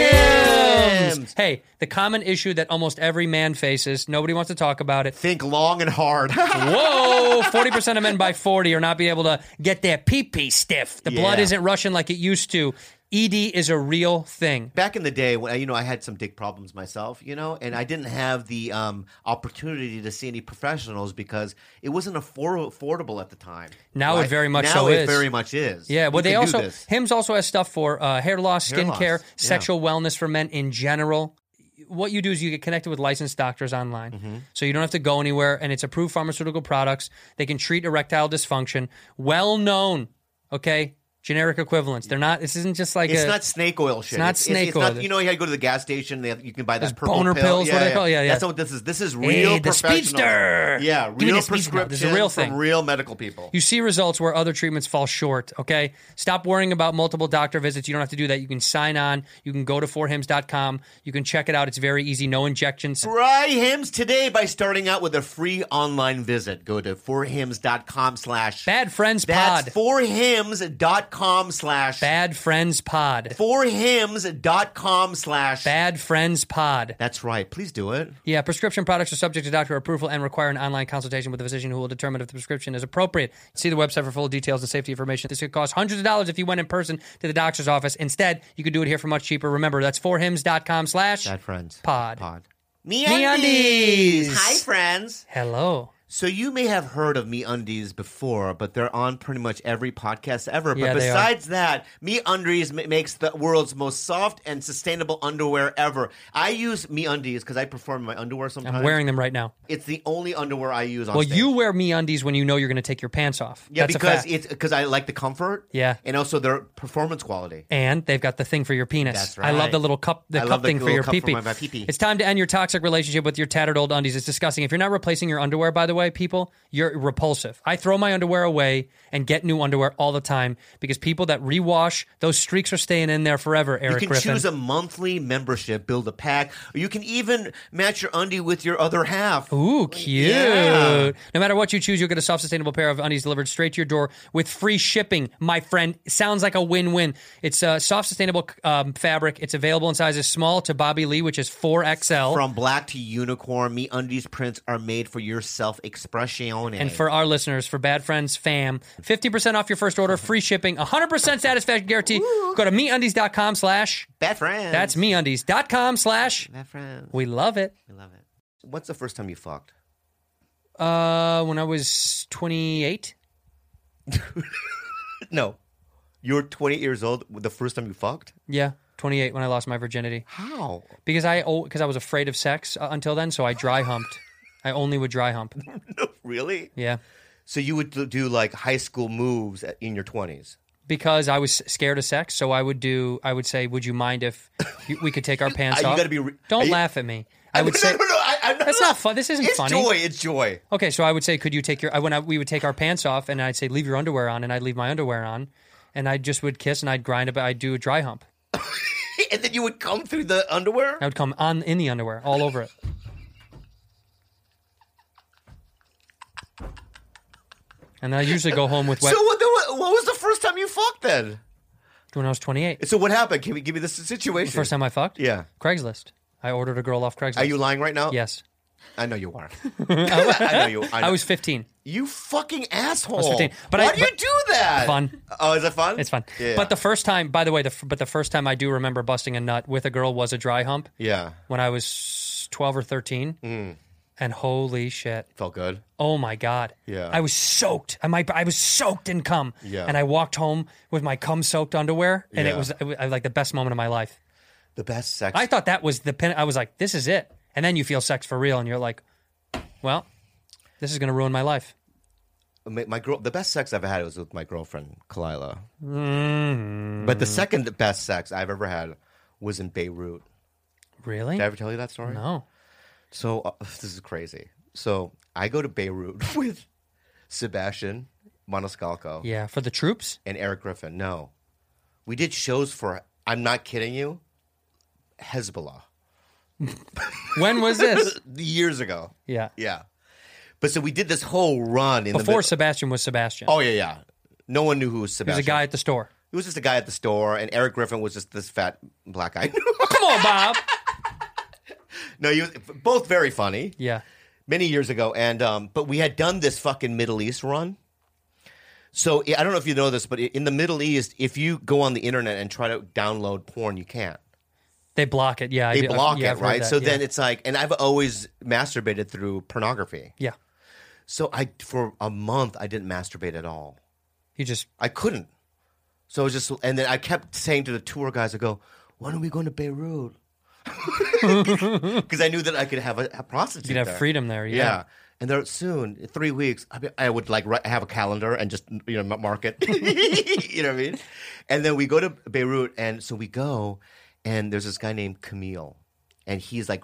Hims. Hey, the common issue that almost every man faces. Nobody wants to talk about it.
Think long and hard.
Whoa, 40% of men by 40 are not be able to get their pee pee stiff. The blood
Yeah.
isn't rushing like it used to. ED is a real thing.
Back in the day, when I- you know, I had some dick problems myself, you know, and I didn't have the um, opportunity to see any professionals because it wasn't affor- affordable at the time.
Now it very much
now
so
it
is.
very much is.
Yeah,
You
well, they
can do
also
this.
Hims also has stuff for uh, hair loss,
Hair
skincare,
loss, yeah.
sexual wellness for men in general. What you do is you get connected with licensed doctors online,
Mm-hmm.
so you don't have to go anywhere, and it's approved pharmaceutical products. They can treat erectile dysfunction, well known. Okay, generic equivalents. They're not. This isn't just like
It's
a,
not snake oil shit.
not
it's,
snake
it's
oil.
Not, you know, you gotta go to the gas station. They have, you can buy
Those
that purple
boner
pill.
pills, what do they call- yeah, yeah.
That's not what this is. This is
Hey,
real
the
professionals.
speedster.
Yeah,
Give me the
real
speedster.
prescription.
This is a real thing.
from real medical people.
You see results where other treatments fall short, okay? Stop worrying about multiple doctor visits. You don't have to do that. You can sign on. You can go to forhims.com. You can check it out. It's very easy. No injections.
Try hymns today by starting out with a free online visit. Go to forhims.com slash
Bad Friends
That's
Pod.
forhims.com slash
Bad Friends Pod.
forhims.com slash
Bad Friends Pod.
That's right. Please do it.
Yeah, prescription products are subject to doctor approval and require an online consultation with a physician who will determine if the prescription is appropriate. See the website for full details and safety information. This could cost hundreds of dollars if you went in person to the doctor's office. Instead, you could do it here for much cheaper. Remember, that's forhims.com slash
Bad friends.
Pod.
Pod. Me
MeUndies.
Hi friends.
Hello.
So you may have heard of Me Undies before, but they're on pretty much every podcast ever.
Yeah,
but
they are.
besides that, Me Undies ma- makes the world's most soft and sustainable underwear ever. I use Me Undies because I perform in my underwear sometimes.
I'm wearing them right now.
It's the only underwear I use on
Well,
stage.
you wear me undies when you know you're going to take your pants off.
yeah,
That's a
because
fact.
it's because I like the comfort.
Yeah.
and also their performance quality.
and they've got the thing for your penis.
That's
I love
right.
the little cup, the
I
cup
love the
thing for
little
your
cup for
pee-pee.
my- my pee-pee.
It's time to end your toxic relationship with your tattered old undies. It's disgusting. If you're not replacing your underwear, by the way, people, you're repulsive. I throw my underwear away and get new underwear all the time because people that rewash those streaks are staying in there forever. Eric
You can
Griffin.
choose a monthly membership, build a pack, or you can even match your undie with your other half.
Ooh, cute.
Yeah.
No matter what you choose, you'll get a soft, sustainable pair of undies delivered straight to your door with free shipping, my friend. Sounds like a win win. It's a soft, sustainable um, fabric. It's available in sizes small to Bobby Lee, which is 4XL.
From black to unicorn, me undies prints are made for your self expression.
and for our listeners, for Bad Friends fam, 15% off your first order, free shipping, 100% satisfaction guarantee. Go to meundies.com slash,
bad friends.
that's meundies.com slash,
Bad friends.
we love it.
We love it. What's the first time you fucked?
Uh, when I was 28,
No. You were 28 years old the first time you fucked?
yeah, 28 when I lost my virginity.
How?
because I because I was afraid of sex uh, until then, so I dry humped. I only would dry hump.
Really?
Yeah,
So you would do- do like high school moves at- in your 20s?
because I was scared of sex, so I would do. I would say, "Would you mind if you, we could take our pants
you
off?"
gotta be re-
Don't
are you-
laugh at me. I would say
no, no, no, I, I'm not,
that's not fun. This isn't
It's
funny.
joy. It's joy.
Okay, so I would say, "Could you take your?" I, when I, we would take our pants off, and I'd say, "Leave your underwear on," and I'd leave my underwear on, and I just would kiss, and I'd grind up. I'd do a dry hump.
And then you would come through the underwear?
I would come on in the underwear all over it. And I usually go home with wet
So what, the, what? What was the first time you fucked then?
when I was 28.
So what happened? Can we give me this
The
situation?
first time I fucked?
Yeah.
Craigslist. I ordered a girl off Craigslist.
Are you lying right now?
Yes.
I know you are. I know you. I, know.
I was 15.
You fucking asshole.
was 15, but
Why
I-
do
but-
you do that?
Fun.
Oh, is it fun?
It's fun.
Yeah.
But the first time, by the way, the, f- but the first time I do remember busting a nut with a girl was a dry hump
yeah.
when I was 12 or 13.
Mm.
And holy shit.
Felt good.
Oh my god!
Yeah.
I was soaked. I might. I was soaked in cum.
Yeah.
and I walked home with my cum-soaked underwear, and it
Yeah.
was, it was like the best moment of my life.
The best sex.
I thought that was the pin. I was like, this is it. And then you feel sex for real, and you're like, well, this is gonna ruin my life.
my, my girl. The best sex I've had was with my girlfriend Kalila.
Mm-hmm.
But the second best sex I've ever had was in Beirut.
Really? Oh,
Did I ever tell you that story?
no.
So uh, this is crazy. So I go to Beirut with Sebastian Maniscalco
Yeah, for the troops.
and Eric Griffin. No, we did shows for. I'm not kidding you. Hezbollah
When was this?
years ago.
yeah.
Yeah. But so we did this whole run in the
Before
mid-
Sebastian was Sebastian.
Oh yeah, yeah. No one knew who was
he was
Sebastian.
a guy at the store.
He was just a guy at the store, and Eric Griffin was just this fat black guy.
Come on, Bob.
no, you both very funny.
yeah.
many years ago, and um, but we had done this fucking Middle East run. So I I don't know if you know this, but in the Middle East, if you go on the internet and try to download porn, you can't.
They block it. Yeah.
They
I do- I've-
block
yeah, I've
it,
heard
right?
that,
So
yeah.
then it's like, and I've always masturbated through pornography.
yeah,
So I, for a month, I didn't masturbate at all.
you just
I couldn't. So it was just, and then I kept saying to the tour guys, I go, when are we going to Beirut? Because I knew that I could have a, a prostitute.
you'd have
there.
freedom there.
Yeah. And there soon, in three weeks, I, mean, I would like ri- have a calendar and just you know m- mark it. you know what I mean? And then we go to Beirut, and so we go, and there's this guy named Camille, and he's like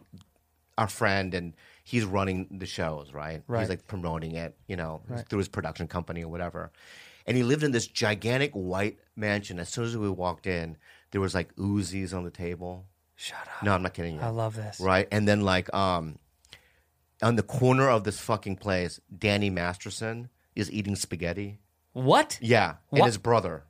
our friend, and he's running the shows, right?
Right.
He's like promoting it, you know, through his production company or whatever. And he lived in this gigantic white mansion. As soon as we walked in, there was like Uzis on the table. Shut up! No, I'm not kidding you
I love this.
right? And then like um, on the corner of this fucking place, Danny Masterson is eating spaghetti.
What?
Yeah, and
What?
his brother.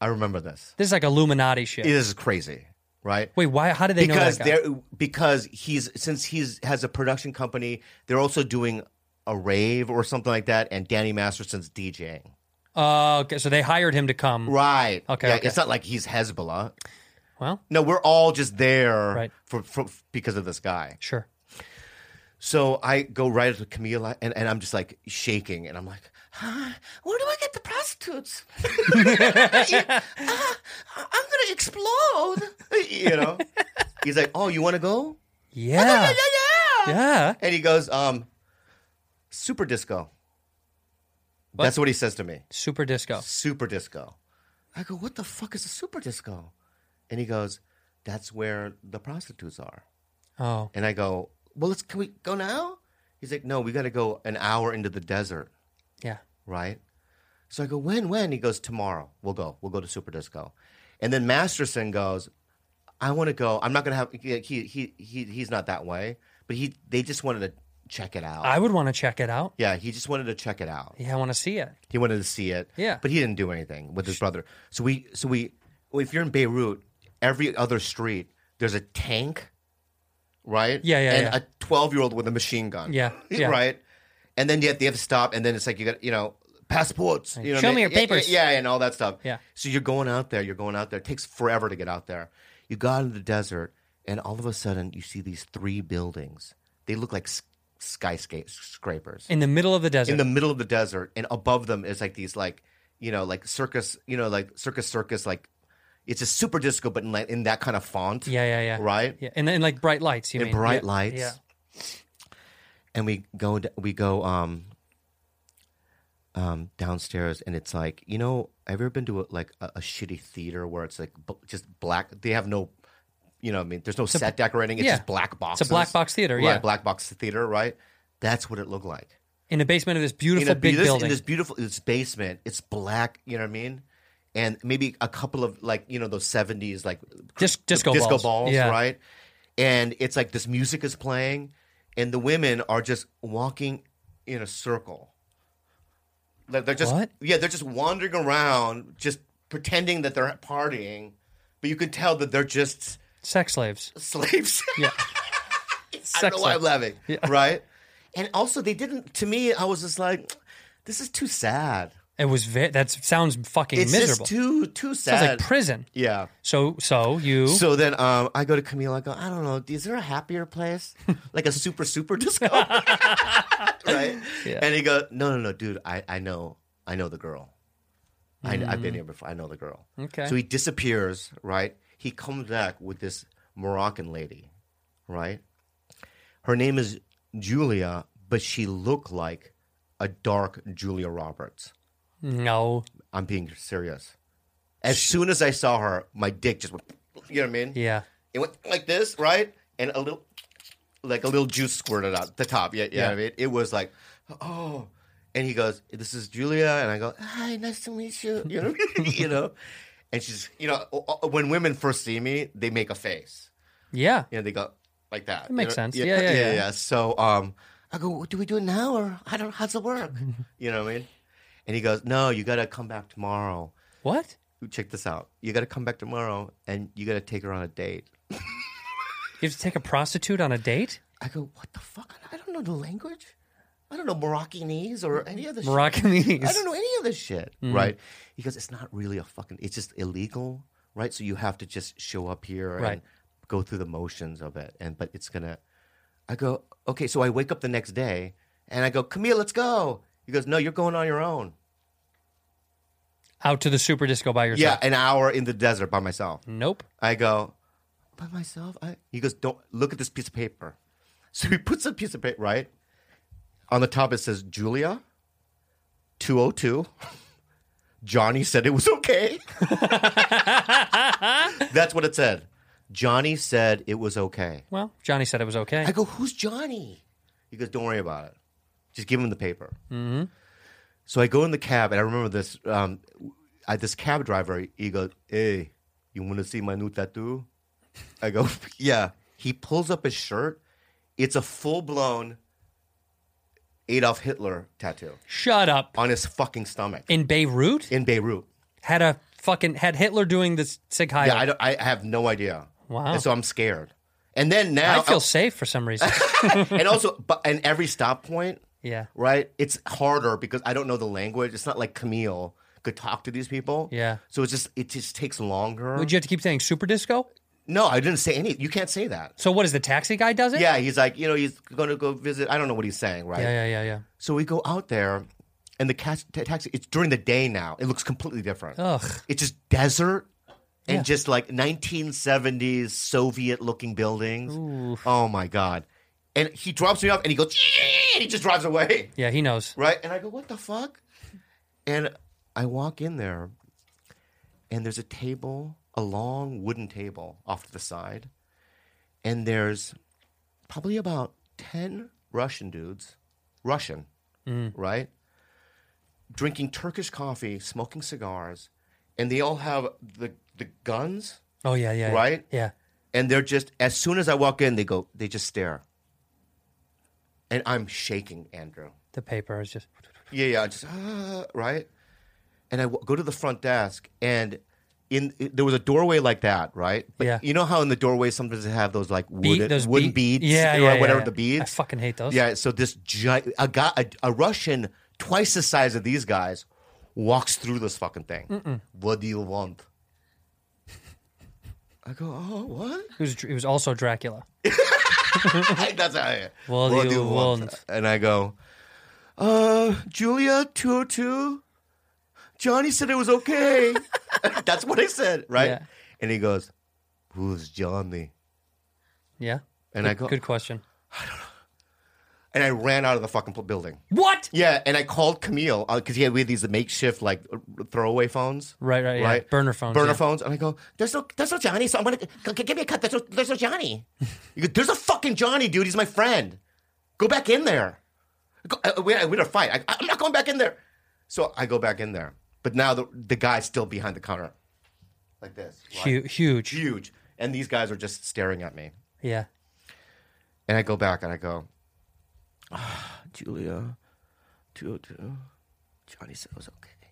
I remember this.
This is like Illuminati shit.
This is crazy, right?
Wait, why? How did they
because
know that guy?
they're because he's since he's has a production company, they're also doing a rave or something like that, and Danny Masterson's DJing.
Oh, okay. So they hired him to come.
Right.
Okay,
Yeah,
okay.
It's not like he's Hezbollah.
Well,
No, we're all just there
Right.
for, for because of this guy.
sure.
So I go right up to Camila and, and I'm just like shaking and I'm like, huh, where do I get the prostitutes? Ah, I'm gonna explode. You know? He's like, Oh, you wanna go?
Yeah.
yeah.
Yeah.
And he goes, um, super disco. That's what he says to me.
Super disco.
Super disco. I go, What the fuck is a super disco? And he goes, That's where the prostitutes are.
Oh,
And I go, well, let's can we go now? He's like, no, we got to go an hour into the desert,
yeah.
right? So I go, when, when? He goes, tomorrow. We'll go. We'll go to Super Disco. And then Masterson goes, I want to go. I'm not gonna have. He, he he he's not that way, but he they just wanted to check it out.
I would want to check it out.
yeah, he just wanted to check it out.
Yeah, I want to see it.
He wanted to see it.
Yeah.
But he didn't do anything with his brother. So we so we if you're in Beirut, every other street there's a tank, right?
Yeah, yeah,
And
yeah.
a twelve year old with a machine gun.
Yeah, yeah.
Right. And then yet they have to stop and then it's like you got you know, passports. You know
Show
what I
me your
mean? Yeah,
papers.
Yeah, and all that stuff.
Yeah.
So you're going out there, you're going out there. It takes forever to get out there. You got into the desert and all of a sudden you see these three buildings. They look like s- skyscrapers
In the middle of the desert.
in the middle of the desert, and above them is like these like you know like circus, you know like circus circus like it's a super disco, but in like in that kind of font.
yeah, yeah, yeah.
Right.
Yeah, and then like bright lights. You
In
mean
bright
Yeah,
lights.
Yeah.
And we go d- we go um um downstairs, and it's like you know have you ever been to a, like a, a shitty theater where it's like b- just black? They have no. You know, what I mean, there's no set decorating. It's
yeah.
just black boxes.
black box theater,
Right,
yeah.
black box theater, right? That's what it looked like.
In the basement of this beautiful
in a,
big
this,
building.
In this beautiful this basement. It's black, you know what I mean? And maybe a couple of like, you know, those 70s like
Dis-
the
disco balls. Yeah.
right? And it's like this music is playing and the women are just walking in a circle. Like, they're just
What?
yeah, they're just wandering around, just pretending that they're partying, but you could tell that they're just
Sex slaves.
slaves.
Yeah.
I don't know why I'm
slaves.
laughing, right? And also, they didn't. To me, I was just like, this is too sad.
It was very, that sounds fucking
It's
miserable.
just too too sad.
sounds like prison.
yeah.
So, so you.
So then um, I go to Camille. I go, I don't know. Is there a happier place, like a super super disco, right?
Yeah.
And he goes, No, no, no, dude. I, I know, I know the girl. I, I've been here before. I know the girl.
Mm. Okay.
So he disappears. Right. He comes back with this Moroccan lady. Right. Her name is Julia, but she looked like a dark Julia Roberts.
no.
I'm being serious. As soon as I saw her, my dick just went. You know what I mean?
Yeah.
It went like this, right? And a little, like a little juice squirted out the top. Yeah, yeah.
Yeah.
I mean, it was like, oh. And he goes, "This is Julia," and I go, "Hi, nice to meet you." You know, you know. And she's, you know, o- o- when women first see me, they make a face.
Yeah.
You know, they go like that. It
makes sense. Yeah, yeah, yeah.
So, um, I go, "Do we do it now or I don't? How's it work?" you know what I mean? And he goes, "No, you got to come back tomorrow."
What?
Check this out. You got to come back tomorrow, and you got to take her on a date.
You have to take a prostitute on a date?
I go, what the fuck? I don't know the language. I don't know Moroccanese or any other
Moroccanese.
shit. I don't know any of this shit.
Mm.
Right? He goes, it's not really a fucking, it's just illegal, right? So you have to just show up here and
Right.
go through the motions of it. And, but it's gonna, I go, okay, so I wake up the next day and I go, Camille, let's go. He goes, no, you're going on your own.
Out to the super disco by
Yeah,
yourself.
an hour in the desert by myself.
Nope.
I go, by myself? I... He goes, don't look at this piece of paper. So he puts a piece of paper, right? On the top, it says Julia 202. Johnny said it was okay. That's what it said. Johnny said it was okay.
Well, Johnny said it was okay.
I go, who's Johnny? He goes, don't worry about it. Just give him the paper. Mm-hmm. So I go in the cab, and I remember this. Um, I, this cab driver, he goes, hey, you want to see my new tattoo? I go, yeah. He pulls up his shirt. It's a full blown Adolf Hitler tattoo
Shut up.
on his fucking stomach
In Beirut?
in Beirut.
had a fucking had Hitler doing this Sig Heil.
Yeah, I, don't, I have no idea.
Wow.
And so I'm scared. And then now,
I feel safe for some reason.
and also, but and every stop point,
yeah.
right? It's harder because I don't know the language. It's not like Camille could talk to these people.
Yeah.
So it's just it just takes longer.
Would you have to keep saying super disco?
no, I didn't say any. You can't say that.
So what is the taxi guy does it?
Yeah, he's like, you know, he's going to go visit. I don't know what he's saying, right?
Yeah, yeah, yeah, yeah.
So we go out there, and the cas- ta- taxi. It's during the day now. It looks completely different.
Ugh.
It's just desert. And
Oh. Yeah.
just like 1970s Soviet looking buildings. Oh my God. And he drops me off and he goes, and he just drives away.
Yeah, he knows.
Right? And I go, what the fuck? And I walk in there, and there's a table, a long wooden table off to the side. And there's probably about 10 Russian dudes, Russian, right? Drinking Turkish coffee, smoking cigars, and they all have the, the guns.
Oh yeah, yeah. yeah.
Right?
Yeah.
And they're just, as soon as I walk in, they go, they just stare. And I'm shaking, Andrew.
The paper is just
Yeah, yeah. I Just uh, right, and I w- go to the front desk, and in it- there was a doorway like that, right? But
Yeah.
You know how in the doorway sometimes they have those like
beat
wooden,
those
wooden
beat-
beads,
Yeah,
or
yeah, yeah,
whatever
yeah.
the
I
beads.
fucking hate those.
Yeah. So this giant, a guy, a, a Russian twice the size of these guys, walks through this fucking thing. What do you want? I go, oh, what?
He was, he was also Dracula.
That's how I
What do you want?
And I go, uh, Julia 202? Johnny said it was okay. That's what I said, right?
Yeah.
And he goes, Who's Johnny?
Yeah.
And
good,
I go,
good question.
and I ran out of the fucking building.
What?
Yeah, and I called Camille because he had we had these makeshift like throwaway phones,
Right, right, yeah. Burner phones,
burner
yeah.
phones. And I go, "There's no, there's no Johnny." So I'm gonna g- g- give me a cut. There's no, there's no Johnny. He goes, there's a fucking Johnny, dude. He's my friend. Go back in there. Go, uh, we, we had a fight. I, I'm not going back in there. So I go back in there, but now the the guy's still behind the counter, like this, right?
Hu- huge.
huge, and these guys are just staring at me.
Yeah.
And I go back and I go, ah, Julia, 202. Johnny said it was okay.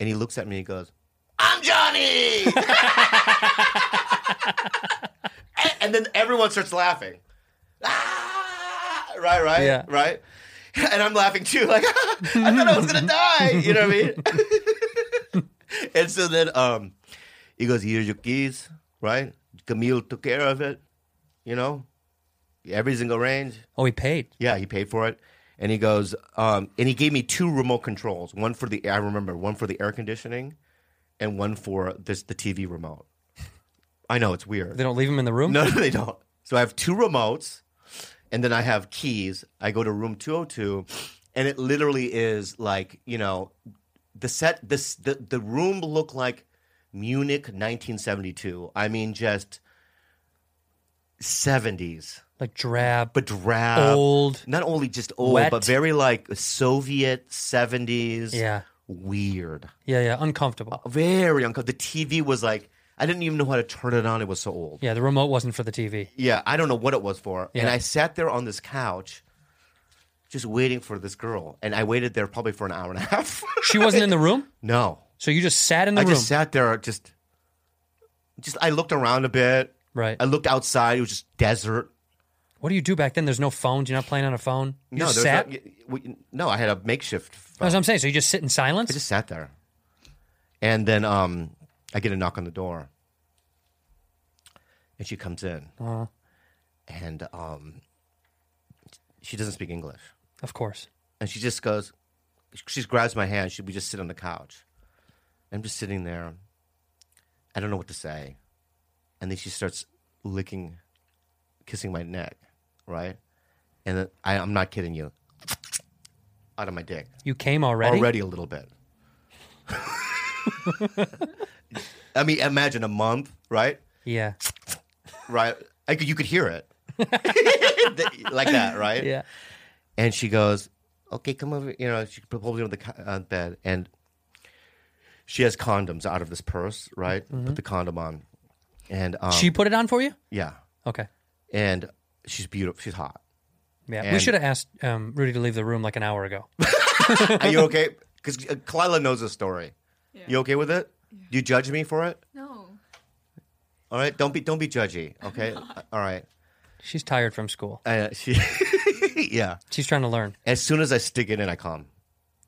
And he looks at me and he goes, I'm Johnny. And- and then everyone starts laughing. Ah! Right, right,
Yeah.
right. And I'm laughing too. Like, I thought I was going to die. You know what I mean? and so then um, he goes, Here's your keys, right? Camille took care of it, you know? Every single range.
Oh, he paid.
Yeah, he paid for it. And he goes, um, and he gave me two remote controls. One for the I remember, one for the air conditioning, and one for this the TV remote. I know it's weird.
They don't leave him in the room.
No, no, they don't. So I have two remotes, and then I have keys. I go to room two hundred two, and it literally is like you know, the set this the the room looked like Munich nineteen seventy two. I mean, just seventies
Like drab.
but uh, drab,
Old.
Not only just old,
Wet.
but very like Soviet seventies.
Yeah.
weird, Uh,
yeah, yeah, uncomfortable.
very uncomfortable. The TV was like I didn't even know how to turn it on. It was so old.
Yeah, the remote wasn't for the TV.
Yeah, I don't know what it was for. And
Yeah.
I sat there on this couch, just waiting for this girl, and I waited there probably for an hour and a half.
She wasn't in the room,
no,
so you just sat in the
I
room.
just sat there, just, just I looked around a bit.
Right.
I looked outside. It was just desert.
What do you do back then? There's no phones. You're not playing on a phone. You
no,
just
there's
sat.
not- we- no, I had a makeshift. uh, phone.
That's what I'm saying. So you just sit in silence.
I just sat there. And then um, I get a knock on the door. And she comes in. And um, she doesn't speak English.
Of course.
And she just goes, she grabs my hand. She, we just sit on the couch. I'm just sitting there. I don't know what to say. And then she starts licking, kissing my neck, right? And then- I, I'm not kidding you. Out of my dick
You came already.
already a little bit. I mean, imagine a month, right?
Yeah.
Right. I could, you could hear it like that, right?
Yeah.
And she goes, "Okay, come over." You know, she pulls me on the co- on bed, and she has condoms out of this purse, right? Put the condom on, and um,
Mm-hmm. she put it on for you.
yeah,
Okay.
and she's beautiful. She's hot.
Yeah. we
And-
should have asked um, Rudy to leave the room like an hour ago.
Are you okay? Because Kalila knows the story. You okay with it? Do you judge me for it?
No.
All right, don't be don't be judgy. Okay, all right.
She's tired from school.
Uh, she, yeah.
She's trying to learn.
As soon as I stick it in, I come.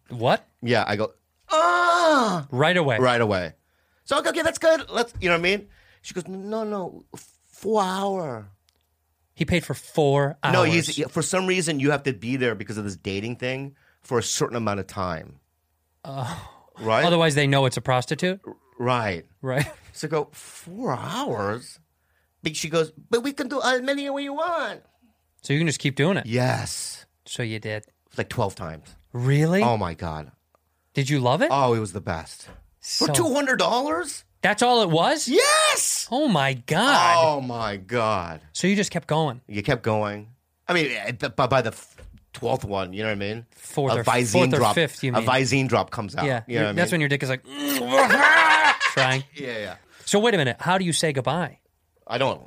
What?
Yeah, I go ah
Right away.
right away. So okay, okay, that's good. Let's, you know what I mean? She goes, no, no, f- four hour.
He paid for four hours.
No, he's, yeah, for some reason you have to be there because of this dating thing for a certain amount of time. Oh, right,
Otherwise, they know it's a prostitute.
right.
Right.
So I go four hours. But she goes, but we can do as many as we want.
So you can just keep doing it.
Yes,
So you did.
like twelve times.
Really?
Oh my god.
Did you love it?
Oh, it was the best.
So-
For two hundred dollars?
That's all it was?
Yes.
Oh my God.
Oh my god!
So you just kept going.
You kept going. I mean, eh, b- by, by the twelfth one, you know what I mean?
Fourth
a
or-
Visine
fourth or
drop,
fifth, you mean.
a Visine drop comes out.
Yeah.
you know what I
that's when
mean?
your dick is like "Mm, trying.
Yeah, yeah.
So wait a minute. How do you say goodbye?
I don't.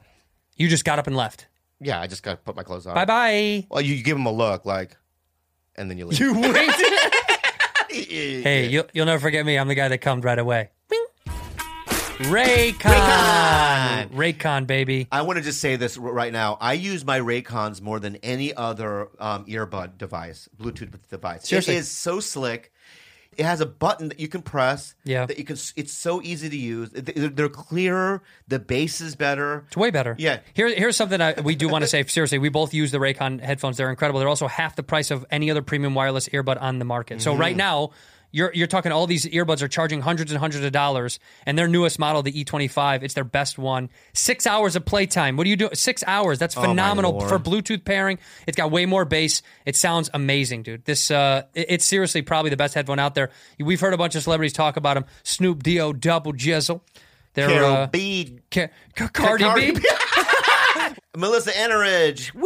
You just got up and left.
Yeah, I just got to put my clothes on.
Bye bye.
Well, you give him a look, like, and then you leave.
winked. hey, you'll, you'll never forget me. I'm the guy that cummed right away. Bing. Raycon. Raycon, baby.
I want to just say this r- right now. I use my Raycons more than any other um, earbud device, Bluetooth device.
Seriously.
It is so slick. It has a button that you can press.
Yeah.
That you can. s- It's so easy to use. Th- They're they're clearer. The bass is better.
It's way better.
Yeah.
Here, here's something I, we do want to say. Seriously, we both use the Raycon headphones. They're incredible. They're also half the price of any other premium wireless earbud on the market. So
Mm-hmm.
right now, you're you're talking all these earbuds are charging hundreds and hundreds of dollars, and their newest model, the E25, it's their best one. Six hours of playtime. What do you do? Six hours. That's phenomenal
Oh Lord.
for Bluetooth pairing. It's got way more bass. It sounds amazing, dude. This uh, it- it's seriously probably the best headphone out there. We've heard a bunch of celebrities talk about them. Snoop D.O. Double Jizzle. They're
Carol
uh,
B.
Ca- Ca- Cardi,
Cardi
B.
B. Melissa Eneridge. Woo!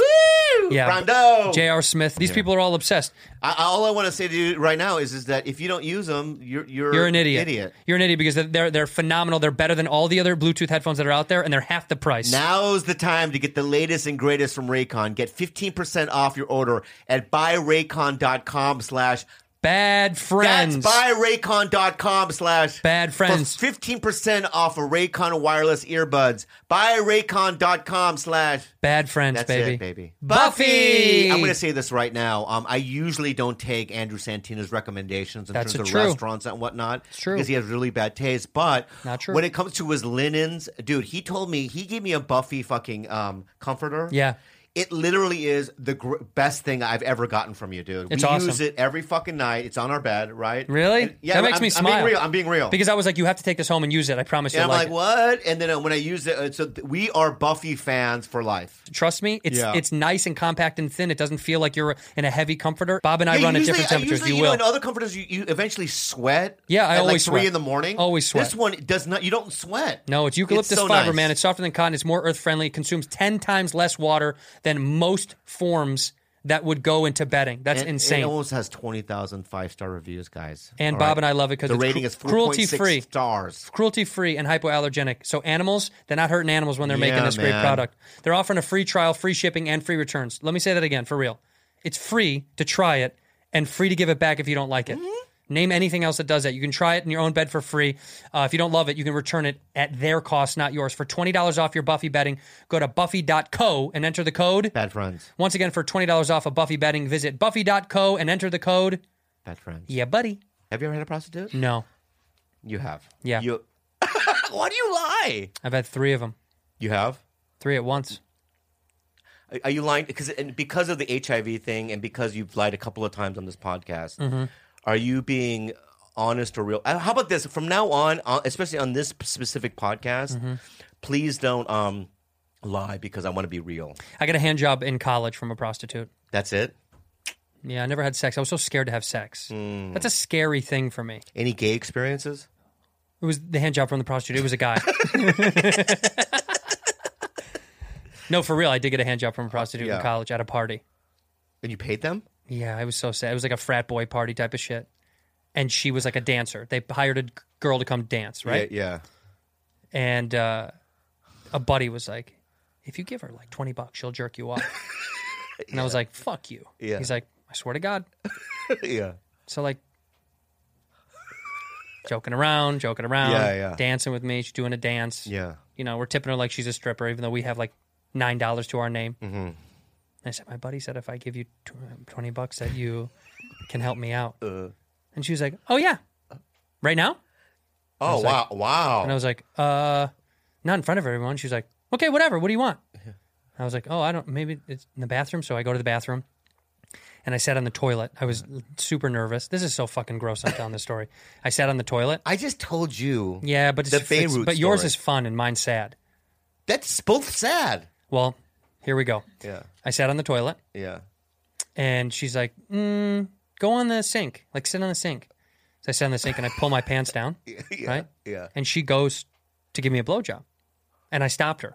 Yeah.
Rondo.
J.R. Smith. These people are all obsessed.
I, I- all I want to say to you right now is, is that if you don't use them, you're you're,
You're an idiot. You're an idiot because they're they're phenomenal. They're better than all the other Bluetooth headphones that are out there, and they're half the price.
Now's the time to get the latest and greatest from Raycon. Get 15% off your order at buyraycon.com slash
Bad
That's
friends.
buyraycon.com slash
Bad friends.
For 15% off of Raycon wireless earbuds. Buyraycon.com slash
Bad friends,
That's
baby.
it, baby.
Buffy!
I'm going to say this right now. Um, I usually don't take Andrew Santina's recommendations in
That's
terms of
true.
restaurants and whatnot.
true.
Because he has really bad taste. But
Not true.
when it comes to his linens, dude, he told me, he gave me a Buffy fucking um, comforter.
Yeah.
It literally is the gr- best thing I've ever gotten from you, dude.
It's
we
awesome.
use it every fucking night. It's on our bed, right?
Really?
And- yeah,
that makes
I'm-
me
I'm
smile.
being real. I'm being real.
Because I was like, you have to take this home and use it. I promise
and
you'll
I'm like,
like, it.
what? And then uh, when I use it, uh, so th- we are Buffy fans for life.
Trust me, it's
Yeah.
it's nice and compact and thin. It doesn't feel like you're in a heavy comforter. Bob and I
Yeah,
run at
usually-
different
I
temperatures.
Usually,
you will.
know, in other comforters, you, you eventually sweat.
Yeah, I
at
always
like three
sweat.
in the morning.
Always sweat.
This one does not. You don't sweat.
No, it's eucalyptus
so
fiber,
nice.
man. It's softer than cotton. It's more earth friendly. It consumes 10 times less water than most forms that would go into bedding. That's
And- and
insane.
It
And,
almost has 20,000 five star reviews, guys. All
Bob
right?
and I love it because
the rating is
cruelty
4.6
free.
stars.
Cruelty free and hypoallergenic. So, animals, they're not hurting animals when they're making
Yeah,
this great
man.
product. They're offering a free trial, free shipping, and free returns. Let me say that again for real. It's free to try it and free to give it back if you don't like it.
Mm-hmm.
Name anything else that does that. You can try it in your own bed for free. Uh, if you don't love it, you can return it at their cost, not yours. For $20 off your Buffy bedding, go to buffy.co and enter the code.
Bad friends.
Once again, for $20 off of Buffy bedding, visit buffy.co and enter the code.
Bad friends.
Yeah, buddy.
Have you ever had a prostitute?
No,
You have.
Yeah.
You. Why do you lie?
I've had three of them,
You have.
three at once.
Are- Are you lying? Because and because of the HIV thing, and because you've lied a couple of times on this podcast,
Mm-hmm.
are you being honest or real? Uh, How about this? From now on, uh, especially on this p- specific podcast,
Mm-hmm.
please don't um, lie because I want to be real.
I got a hand job in college from a prostitute.
That's it.
Yeah, I never had sex. I was so scared to have sex.
Hmm.
That's a scary thing for me.
Any gay experiences?
It was the hand job from the prostitute. It was a guy. no, for real. I did get a hand job from a prostitute in
Yeah.
college at a party.
And you paid them?
Yeah, I was so sad. It was like a frat boy party type of shit. And she was like a dancer. They hired a g- girl to come dance, right?
Yeah.
and uh, a buddy was like, "If you give her like twenty bucks, she'll jerk you off." And I was like, "Fuck you."
Yeah.
He's like, "I swear to God."
Yeah. yeah.
So like, joking around, joking around,
Yeah, yeah.
dancing with me. She's doing a dance.
Yeah.
You know, we're tipping her like she's a stripper, even though we have like nine dollars to our name. Mm-hmm. I said, "My buddy said if I give you tw- twenty bucks, that you can help me out."
Uh.
And she was like, "Oh yeah, right now."
Oh wow! wow!
And I was like, uh, not in front of everyone. She was like, okay, whatever. What do you want? I was like, oh, I don't, maybe it's in the bathroom. So I go to the bathroom and I sat on the toilet. I was super nervous. This is so fucking gross. I'm telling this story. I sat on the toilet.
I just told you.
Yeah, but it's,
The
it's-
Beirut
but yours
story.
is fun and mine's sad.
That's both sad.
Well, here we go.
Yeah.
I sat on the toilet
Yeah.
and she's like, mm, go on the sink, like sit on the sink. So I sat on the sink and I pull my pants down, right?
Yeah.
And she goes to give me a blowjob, and I stopped her.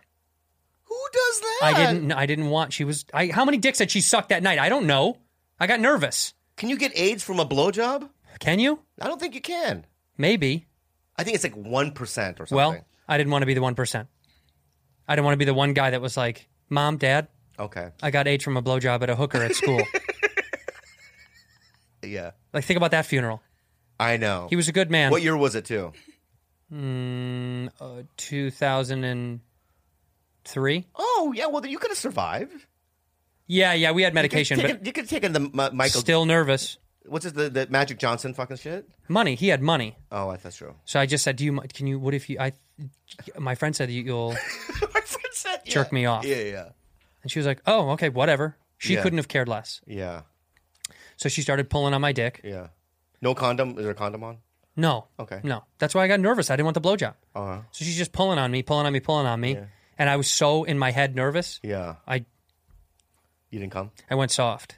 Who does that?
I didn't. I didn't want. She was. I. How many dicks had she sucked that night? I don't know. I got nervous.
Can you get AIDS from a blowjob?
Can you?
I don't think you can.
Maybe.
I think it's like one percent or something.
Well, I didn't want to be the one percent. I didn't want to be the one guy that was like, "Mom, Dad,
okay,
I got AIDS from a blowjob at a hooker at school."
yeah,
like, think about that funeral.
I know.
He was a good man. Uh,
What year was it too?
Two thousand and three.
Oh yeah, well then you could have survived.
Yeah, yeah. We had medication,
you could
but
have taken, you could have taken the Ma- Michael.
still nervous.
what's his the, the Magic Johnson fucking shit?
Money. He had money.
Oh, I- that's true.
So I just said, "Do you? mi- Can you? What if you? I." My friend said you- you'll.
My friend said yeah.
Jerk me off.
Yeah, yeah,
And she was like, "Oh, okay, whatever." She
Yeah.
couldn't have cared less.
yeah,
So she started pulling on my dick.
yeah. No condom. Is there a condom on?
No.
Okay. Uh-huh.
No. That's why I got nervous. I didn't want the blowjob. uh So she's just pulling on me, pulling on me, pulling on me. And I was so in my head nervous.
Yeah,
I,
you didn't come.
I went soft.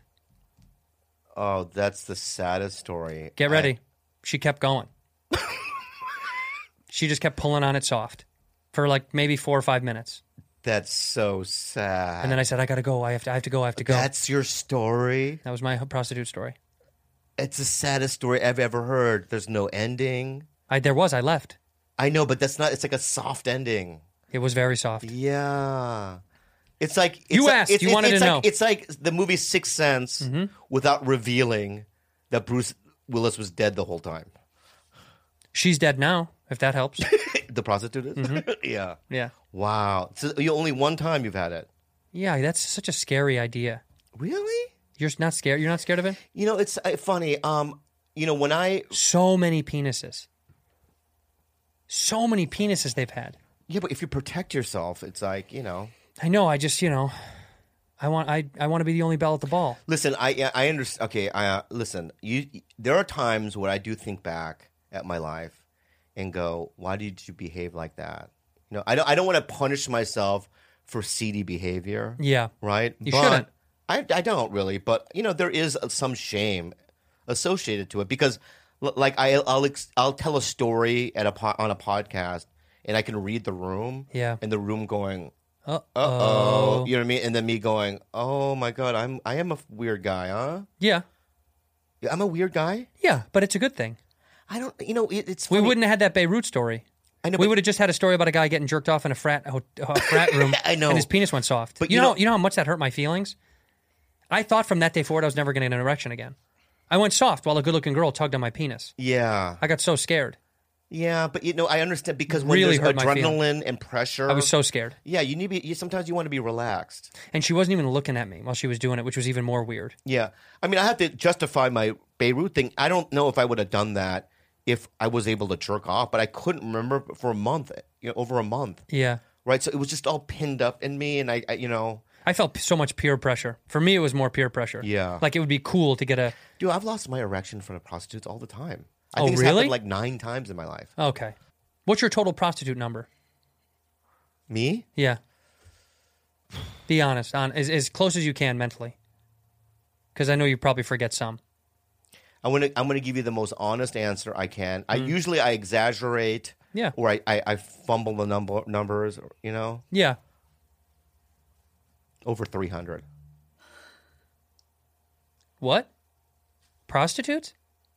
Oh, that's the saddest story.
Get
I-
ready. she kept going. she just kept pulling on it soft for like maybe four or five minutes.
that's so sad.
And then I said, I got to go. I have to, I have to go. I have to go.
that's your story.
that was my prostitute story.
It's the saddest story I've ever heard. There's no ending.
I, there was, I left.
I know, but that's not. It's like a soft ending.
It was very soft.
Yeah. It's like it's
You
like-
asked.
It's,
You
it's-
wanted
it's
to Mm-hmm.
like,
know.
It's like the movie Sixth Sense without revealing that Bruce Willis was dead the whole time.
She's dead now, if that helps.
The prostitute is?
Mm-hmm.
yeah.
yeah.
Wow. So you only one time you've had it.
Yeah, that's such a scary idea.
Really?
You're not scared. You're not scared of it?
You know, it's uh, funny. Um, you know, when I
So many penises. So many penises they've had.
yeah, but if you protect yourself, it's like you know.
I know, I just, you know, I want I I want to be the only bell at the ball.
Listen, I yeah, I understand. Okay, I uh, listen. You there are times where I do think back at my life and go, why did you behave like that? You know, I don't I don't want to punish myself for seedy behavior.
Yeah.
right?
You
but
shouldn't.
I, I don't really, but you know, there is uh, some shame associated to it because, l- like, I, I'll ex- I'll tell a story at a po- on a podcast, and I can read the room,
Yeah.
and the room going,
Uh
uh oh, you know what I mean, and then me going, oh my god, I'm I am a f- weird guy, huh?
Yeah.
Yeah, I'm a weird guy.
Yeah, but it's a good thing.
I don't, you know, it, it's
We
funny.
wouldn't have had that Beirut story.
I know,
we
but-
would have just had a story about a guy getting jerked off in a frat ho- a frat room.
I know.
and his penis went soft.
But
you,
you
know,
know-
you know how much that hurt my feelings. I thought from that day forward I was never getting an erection again. I went soft while a good-looking girl tugged on my penis.
Yeah,
I got so scared.
yeah, but you know, I understand because when
Really
there's
hurt my feelings.
adrenaline and pressure,
I was so scared,
yeah, you need to be. You, sometimes you want to be relaxed.
and she wasn't even looking at me while she was doing it, which was even more weird.
Yeah. I mean, I have to justify my Beirut thing. I don't know if I would have done that if I was able to jerk off, but I couldn't remember for a month, you know, over a month,
Yeah,
right? So it was just all pinned up in me, and I, I you know,
I felt p- so much peer pressure. For me, it was more peer pressure.
Yeah.
like it would be cool to get a
dude, I've lost my erection in front of prostitutes all the time. I
Oh,
think it's
really?
happened like nine times in my life.
okay. What's your total prostitute number?
Me?
Yeah. Be honest, on as, as close as you can mentally, because I know you probably forget some.
I want to. I'm going to give you the most honest answer I can. I usually I exaggerate,
Mm. Yeah.
or I, I, I fumble the number numbers, you know,
Yeah,
over 300.
what? Prostitutes?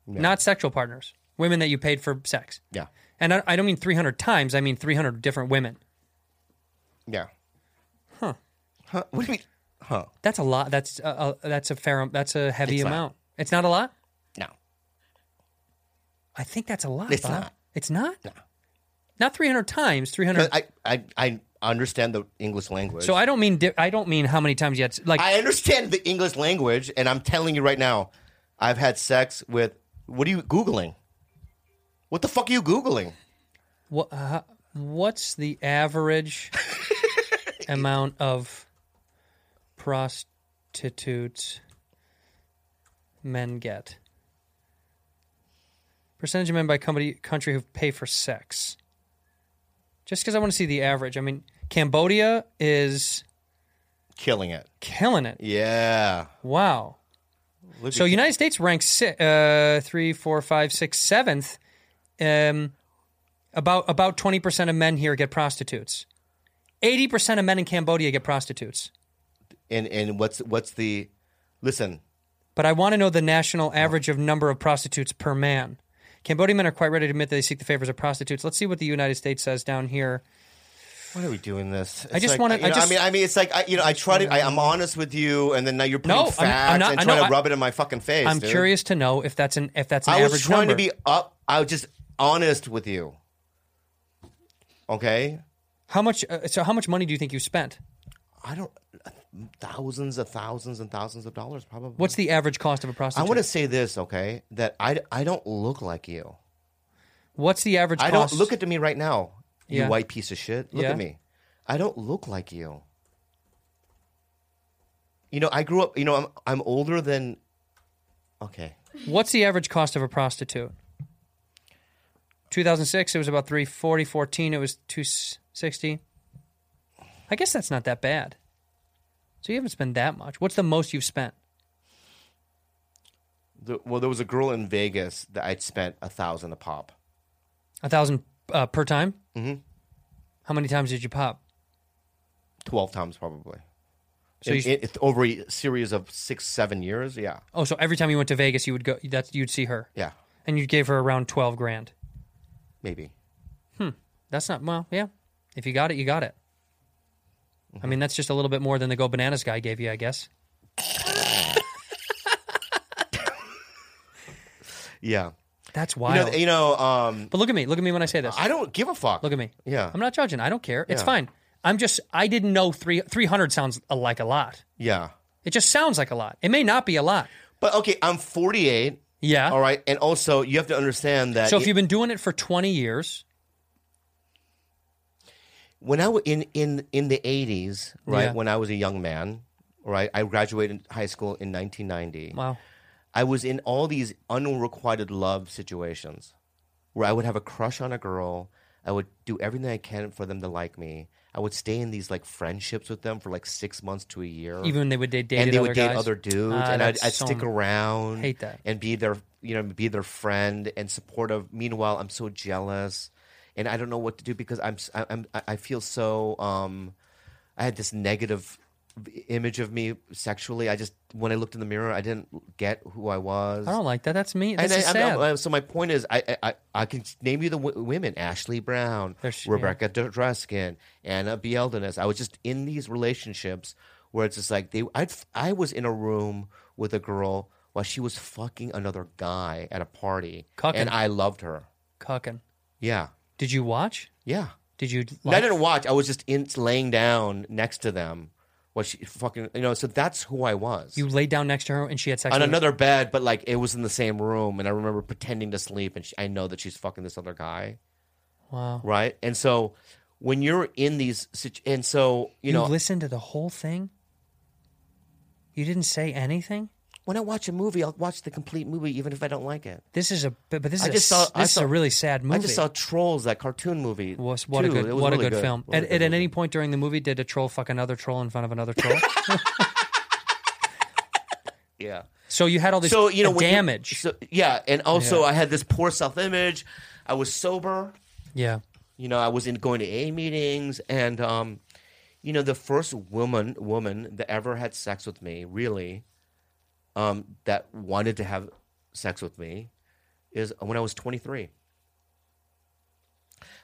Not sexual partners. Women that you paid for sex.
Yeah,
And I, I don't mean 300 times, I mean 300 different women.
yeah. Huh? Huh? What do you mean? Huh?
That's a lot. That's a, a, that's a fair that's a heavy
It's not.
amount. It's not a lot?
No.
I think that's a lot.
It's
Bob.
not.
It's not? Not 300 times, 300
But I, I, I understand the English language.
So I don't mean di- I don't mean how many times you had s- like
I understand the English language, and I'm telling you right now, I've had sex with. What are you googling? What the fuck are you googling?
wha- uh, what's the average amount of prostitutes men get? Percentage of men by company, country who pay for sex. Just because I want to see the average. I mean, Cambodia is
Killing it.
killing it.
Yeah.
Wow.
Look
So
at-
United States ranks si- uh, three, four, five, six, seventh. Um, about about twenty percent of men here get prostitutes. Eighty percent of men in Cambodia get prostitutes.
and and what's what's the? Listen,
But I want to know the national average of number of prostitutes per man. Cambodian men are quite ready to admit that they seek the favors of prostitutes. Let's see what the United States says down here.
why are we doing this?
I just
like,
wanna-
you
I
know,
just-
mean, I mean, it's like I, you know, I try to. I, I'm honest with you, and then now you're putting
No, I'm- I'm
facts
not-
and
I know,
trying to
I-
rub it in my fucking face.
I'm
dude.
curious to know if that's an if that's an
I
average
was trying
number.
to be up. I was just honest with you. Okay.
How much? Uh, so how much money do you think you spent?
I don't thousands of thousands and thousands of dollars probably.
What's the average cost of a
I
prostitute?
want to say this, okay? That I, I don't look like you.
What's the average?
I don't
cost?
look at me right now. You
Yeah.
white piece of shit. Look
Yeah.
at me. I don't look like you. You know, I grew up, you know, I'm I'm older than okay.
What's the average cost of a prostitute? 2006, it was about 340. 14, it was 260. I guess that's not that bad. So you haven't spent that much. What's the most you've spent?
The, well, there was a girl in Vegas that I'd spent a thousand a pop.
A thousand uh, per time. Mm-hmm. How many times did you pop?
12 times probably.
So
In-
you-
in- over a series of 6 7 years, yeah.
Oh, so every time you went to Vegas, you would go. That's you'd see her,
Yeah,
and you gave her around 12 grand.
maybe.
That's not well. Yeah, if you got it, you got it.
Mm-hmm.
I mean, that's just a little bit more than the Go Bananas guy gave you, I guess.
Yeah.
That's
You
wild.
know, you know um,
but look at me. Look at me when I say this.
I don't give a fuck.
Look at me.
Yeah.
I'm not judging. I don't care. It's
Yeah.
fine. I'm just. I didn't know three three hundred sounds a- like a lot.
Yeah.
It just sounds like a lot. It may not be a lot.
But okay, I'm 48.
Yeah.
All right. And also, you have to understand that
So if you've been doing it for twenty years,
when I was in, in, in the 80s, right,
Yeah.
when I was a young man, right, I graduated high school in 1990.
wow.
I was in all these unrequited love situations where I would have a crush on a girl. I would do everything I can for them to like me. I would stay in these like friendships with them for like six months to a year.
Even when they would date, dated
Uh-huh. and
other
they would date
guys.
other dudes,
Ah,
and I'd,
that's
I'd
so-
stick around,
Hate that.
and be their you know be their friend and supportive. Meanwhile, I'm so jealous, and I don't know what to do because I'm s- I, am I feel so um, I had this negative image of me sexually. I just when I looked in the mirror, I didn't get who I was.
I don't like that. That's me.
And
That's
I- uh, I'm-
sad.
I'm- so my point is, I, I- I I can name you the w- women: Ashley Brown,
There's- yeah.
Rebecca Dreskin, Anna Bieldenis. I was just in these relationships where it's just like they. I I was in a room with a girl while she was fucking another guy at a party,
Cucking.
and I loved her.
Cucking.
Yeah,
Did you watch?
yeah.
Did you?
No, I
like-
didn't watch. I was just in laying down next to them. while she fucking you know? So that's who I was
You laid down next to her and she had sex
on
with
another bed, but like it was in the same room, and I remember pretending to sleep, and she, I know that she's fucking this other guy,
Wow.
right? And so when you're in these, situ- and so you,
You,
know,
listened to the whole thing. You didn't say anything.
when I watch a movie, I'll watch the complete movie, even if I don't like it.
This is a but but this is,
I
a,
just
s-
saw.
this
I
is
saw
a really sad movie.
I just saw Trolls, that cartoon movie.
was what
too.
a good
It was
what
really
a good, film.
Really
At,
good
at any
movie.
point during the movie, did a troll fuck another troll in front of another troll?
yeah.
so you had all this
so you know when you-
damage.
so, yeah, and also
Yeah.
I had this poor self image. I was sober.
yeah,
you know i was in going to a meetings and um you know the first woman woman that ever had sex with me really um that wanted to have sex with me is when i was 23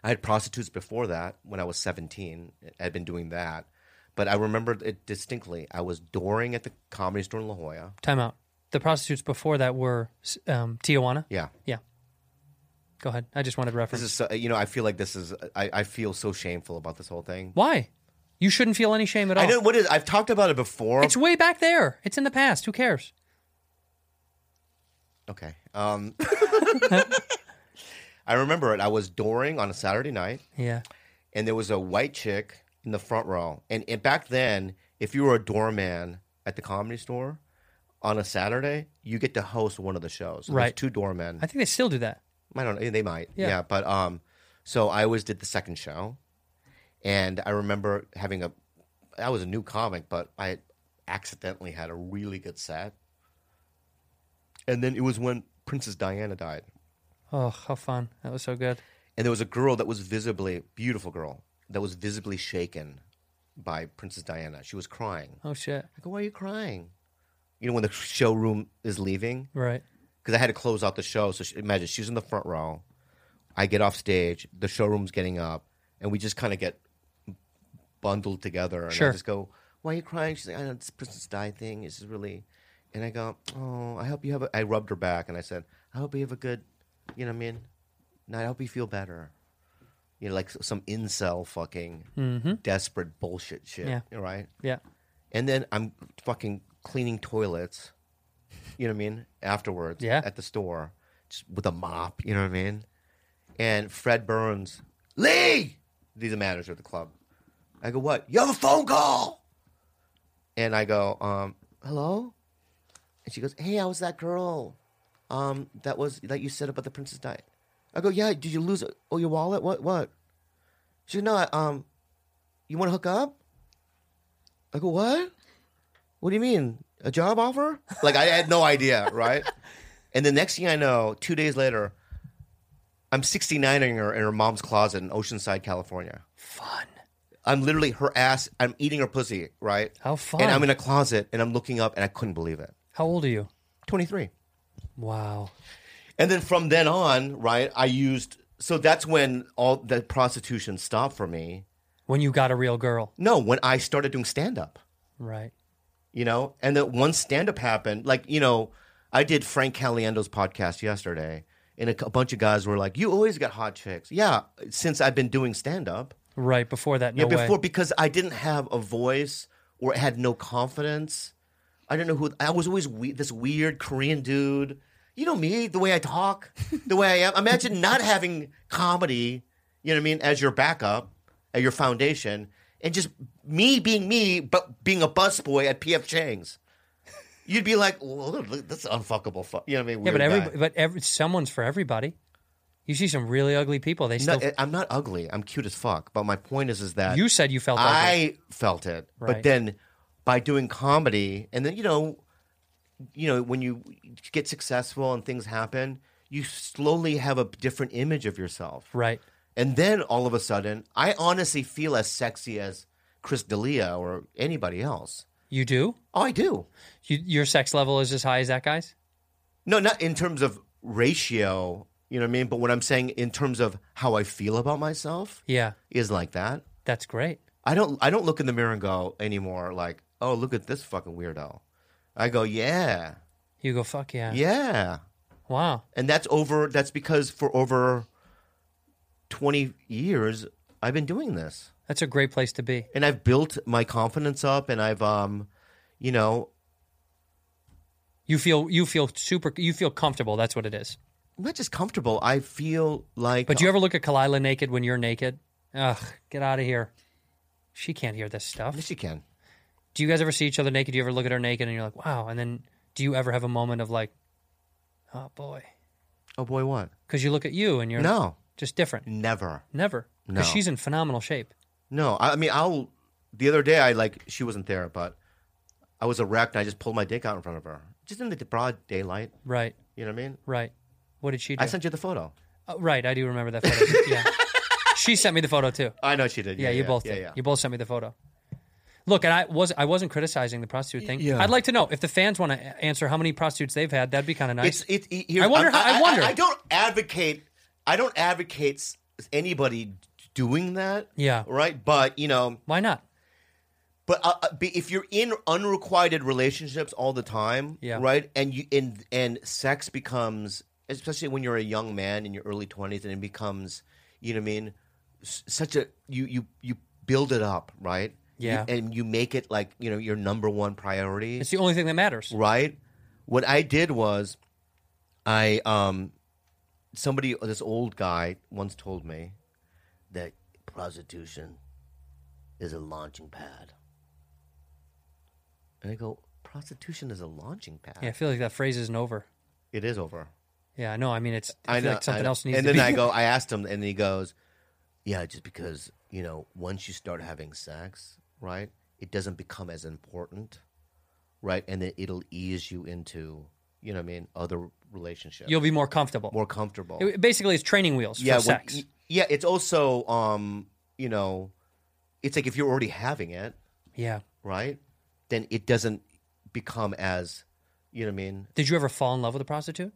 i had prostitutes before that when i was 17 i'd been doing that but i remember it distinctly i was dooring at the comedy store in la jolla
time out. The prostitutes before that were um, Tijuana.
yeah
Yeah. Go ahead. I just wanted
this
reference.
is so, you know i feel like this is I, I feel so shameful about this whole thing
Why? You shouldn't feel any shame at all.
i know what is i've talked about it before
It's way back there. It's in the past. Who cares?
Okay. Um, I remember it. I was dooring on a Saturday night,
Yeah.
and there was a white chick in the front row. And, and back then, if you were a doorman at the comedy store on a Saturday, you get to host one of the shows. So there's
Right.
Two doormen.
I think they still do that.
I don't know. They might.
Yeah.
Yeah. But um, so I always did the second show, and I remember having a. I was a new comic, but I accidentally had a really good set. And then it was when Princess Diana died,
Oh, how fun. That was so good.
and there was a girl that was visibly beautiful girl that was visibly shaken by Princess Diana. She was crying.
Oh, shit.
I go, why are you crying? You know when the showroom is leaving,
Right.
because I had to close out the show. So she, imagine she's in the front row. I get off stage. The showroom's getting up, and we just kind of get bundled together. And
Sure.
I just go, "Why are you crying?" She's like, "I know this Princess Di thing is really," and I go, "Oh, I hope you have." A, I rubbed her back, and I said, "I hope you have a good, you know, what I mean, night. I hope you feel better." You know, like s- some incel fucking desperate bullshit shit,
Mm-hmm. Yeah.
right?
Yeah.
And then I'm fucking cleaning toilets. You know what I mean? Afterwards,
Yeah.
at the store, just with a mop. You know what I mean? And Fred Burns, Lee, he's the manager of the club. I go, what? You have a phone call. And I go, um, hello. And she goes, hey, I was that girl, um, that was that you said about the princess diet. I go, yeah. Did you lose oh your wallet? What? What? She goes, no. I- Um, you want to hook up? I go, what? What do you mean? A job offer? Like I had no idea, right? and the next thing I know, two days later, I'm 69ing her in her mom's closet in Oceanside, California.
Fun.
I'm literally her ass. I'm eating her pussy, right?
How fun.
And I'm in a closet and I'm looking up and I couldn't believe it.
How old are you?
23.
Wow.
And then from then on, right, I used. So that's when all the prostitution stopped for me.
When you got a real girl.
No, when I started doing stand up,
Right.
you know? And that once stand up happened, like, you know, I did Frank Caliendo's podcast yesterday, and a, cou- bunch of guys were like, "You always got hot chicks." Yeah, since I've been doing stand up.
Right before that,
Yeah,
no
before
way.
because I didn't have a voice or had no confidence. I didn't know who I was. Always we, this weird Korean dude. You know me, the way I talk, the way I am. Imagine not having comedy. You know what I mean? As your backup, at your foundation, and just me being me, but being a busboy at PF Chang's. You'd be like, well, look, look, that's unfuckable. Fuck. You know what I mean?
Yeah, but
Weird guy.
every but every someone's for everybody. You see some really ugly people. They
No,
still.
I'm not ugly. I'm cute as fuck. But my point is, is that
you said you felt. ugly.
I felt it,
Right.
but then by doing comedy, and then you know, you know, when you get successful and things happen, you slowly have a different image of yourself,
Right.
and then all of a sudden, I honestly feel as sexy as Chris D'elia or anybody else.
You do.
Oh, I do.
You, your sex level is as high as that guy's.
No, not in terms of ratio. You know what I mean? But what I'm saying in terms of how I feel about myself
Yeah,
is like that.
that's great.
I don't I don't look in the mirror and go anymore like, oh look at this fucking weirdo. I go, yeah,
You go fuck yeah.
yeah.
Wow.
And that's over that's because for over twenty years I've been doing this.
That's a great place to be.
And I've built my confidence up and I've um you know
You feel you feel super you feel comfortable. That's what it is.
I'm not just comfortable. I feel like
But do you ever look at Kalila naked when you're naked? Ugh, get out of here. She can't hear this stuff.
Yes you can.
Do you guys ever see each other naked? Do you ever look at her naked and you're like, wow? And then do you ever have a moment of like, oh boy?
Oh boy what?
Because you look at you and you're
No.
just different.
Never.
Never.
No.
Because she's in phenomenal shape.
No, I, I mean, I'll. The other day, I like she wasn't there, but I was erect and I just pulled my dick out in front of her, just in the broad daylight.
Right,
You know what I mean?
right. What did she do?
I sent you the photo.
Oh, right, I do remember that photo. yeah. She sent me the photo too.
I know she did.
Yeah, you both
yeah,
did.
Yeah.
You both sent me the photo. Look, and I was I wasn't criticizing the prostitute thing. I'd like to know if the fans want to answer how many prostitutes they've had. That'd be kind of nice.
It's it. it here-
I wonder how- I wonder.
I, don't advocate. I don't advocate s- anybody doing that.
Yeah.
Right. But you know,
Why not?
But uh, uh, be- if you're in unrequited relationships all the time,
Yeah.
right, and you and and sex becomes, especially when you're a young man in your early twenties, and it becomes, you know, what I mean, s- such a you you you build it up, right? You-
Yeah.
and you make it like you know your number one priority,
It's the only thing that matters.
right? What I did was, I um, somebody this old guy once told me that prostitution is a launching pad, and I go, prostitution is a launching pad.
Yeah, I feel like that phrase isn't over.
It is over.
Yeah, I know. I mean, it's I, feel like something
know.
else needs
And
to be.
then I go, I asked him, and he goes, "Yeah, just because you know, once you start having sex, right, it doesn't become as important, right, and then it'll ease you into, you know, what I mean, other relationships.
You'll be more comfortable.
more comfortable.
It- basically, it's training wheels
yeah,
for
when-
sex.
y- yeah. It's also, um, you know, it's like if you're already having it,
yeah.
right, then it doesn't become as, you know, what I mean,
Did you ever fall in love with a prostitute?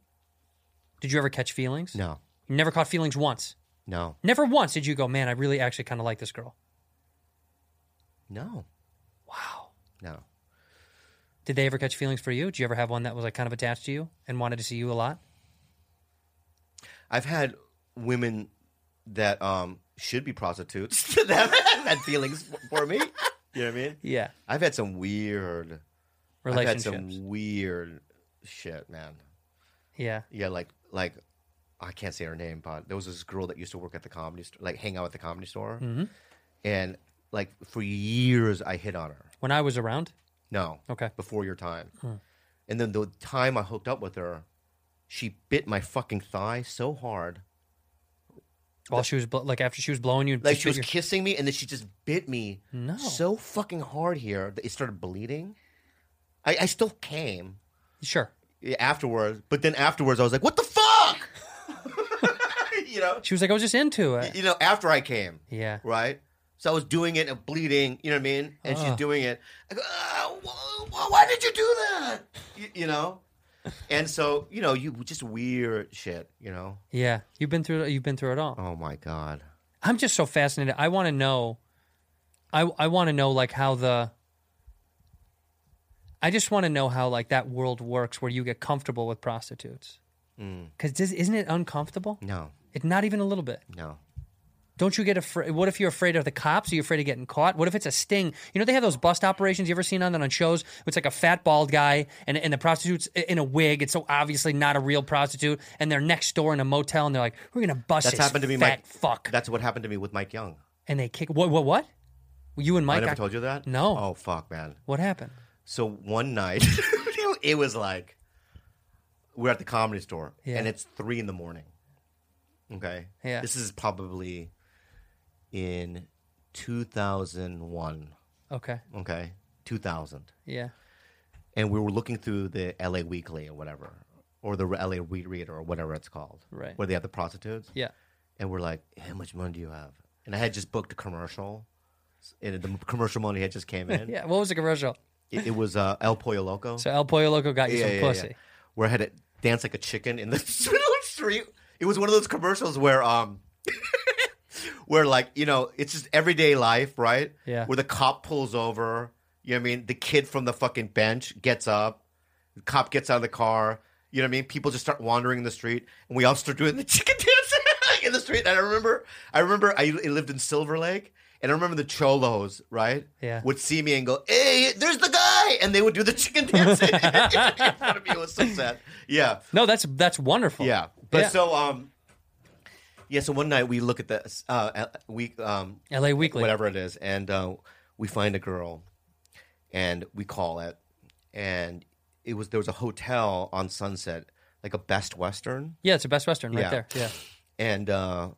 Did you ever catch feelings?
no,
You never caught feelings once.
no,
Never once did you go, man, I really actually kind of like this girl.
no,
Wow.
no.
Did they ever catch feelings for you? Did you ever have one that was like kind of attached to you and wanted to see you a lot?
I've had women that um, should be prostitutes that have had feelings for- for me. You know what I mean?
Yeah.
I've had some weird I've had
Relationships.
some weird shit, man.
Yeah.
Yeah, like like I can't say her name, but there was this girl that used to work at the comedy store, like hang out at the comedy store,
Mm-hmm.
and like for years I hit on her.
When I was around,
No.
Okay.
Before your time. And then the time I hooked up with her, she bit my fucking thigh so hard
while she was bl- like after she was blowing you,
Like
just
she was
your-
kissing me, and then she just bit me
No.
so fucking hard here that it started bleeding. I, I still came
sure.
afterwards, but then afterwards I was like, "What the fuck?" you know,
She was like, I was just into it.
you know. After I came,
Yeah.
right. So I was doing it and bleeding. You know what I mean? And she's doing it. I go, "Ah, wh- wh- "Why did you do that?" You, you know. And so you know, you just weird shit. You know.
Yeah. You've been through. You've been through it all.
Oh my god.
I'm just so fascinated. I want to know. I I want to know like how the. I just want to know how like that world works where you get comfortable with prostitutes. Because isn't it uncomfortable?
Mm. No,
It, not even a little bit.
no.
Don't you get afraid? What if you're afraid of the cops? Are you afraid of getting caught? What if it's a sting? You know, they have those bust operations. You ever seen on that on shows? It's like a fat, bald guy and, and the prostitute's i- in a wig. It's so obviously not a real prostitute. And they're next door in a motel and they're like, we're going to bust
That's
this
happened to me,
fat
Mike.
fuck.
That's what happened to me with Mike Young.
and they kick. What? What? What? You and Mike.
I never
got-
told you that.
No.
Oh fuck, man.
What happened?
So one night, it was like we're at the comedy store
Yeah.
and it's three in the morning. Okay.
Yeah.
This is probably in 2001.
Okay.
Okay. 2000.
Yeah.
And we were looking through the LA Weekly or whatever, or the LA Re- Reader or whatever it's called,
Right.
Where they have the prostitutes.
Yeah.
And we're like, how much money do you have? And I had just booked a commercial. And the commercial money had just came in.
Yeah. What was the commercial?
it, it was uh, El Pollo Loco.
So El Pollo Loco got you some pussy.
Where I had to dance like a chicken in the middle of the street. It was one of those commercials where um where like, you know, it's just everyday life, right?
Yeah.
Where the cop pulls over, you know what I mean? The kid from the fucking bench gets up, the cop gets out of the car, you know what I mean? People just start wandering in the street and we all start doing the chicken dance in the street. And I remember I remember I lived in Silver Lake. And I remember the cholos, right?
Yeah.
Would see me and go, "Hey, there's the guy!" And they would do the chicken dance in front of me. It was so sad. Yeah,
No, that's that's wonderful.
yeah. But
Yeah.
so, um, yeah. So one night we look at the uh, we um
L.A. Weekly.
whatever it is, and uh, we find a girl, and we call it, and it was there was a hotel on Sunset, like a Best Western,
Yeah, it's a Best Western right
Yeah.
there. Yeah.
and uh,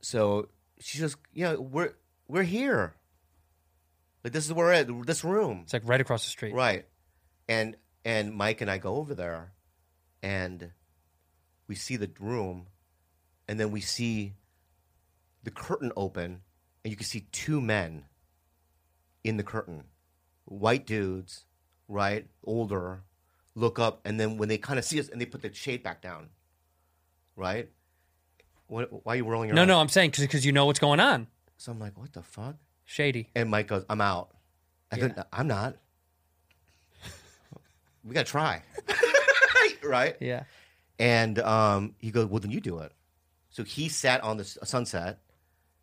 so she goes, "Yeah, we're we're here. Like this is where it, this room."
It's like right across the street.
Right. And and Mike and I go over there and we see the room and then we see the curtain open and you can see two men in the curtain. White dudes, right? Older, look up and then when they kind of see us and they put the shade back down. Right? What, why are you rolling your
No,
eyes?
no, I'm saying because you know what's going on.
So I'm like, what the fuck?
Shady.
And Mike goes, I'm out. I
Yeah.
go, I'm not. we got to try. right?
Yeah.
And um, he goes, Well, then you do it. So he sat on the s- uh, sunset.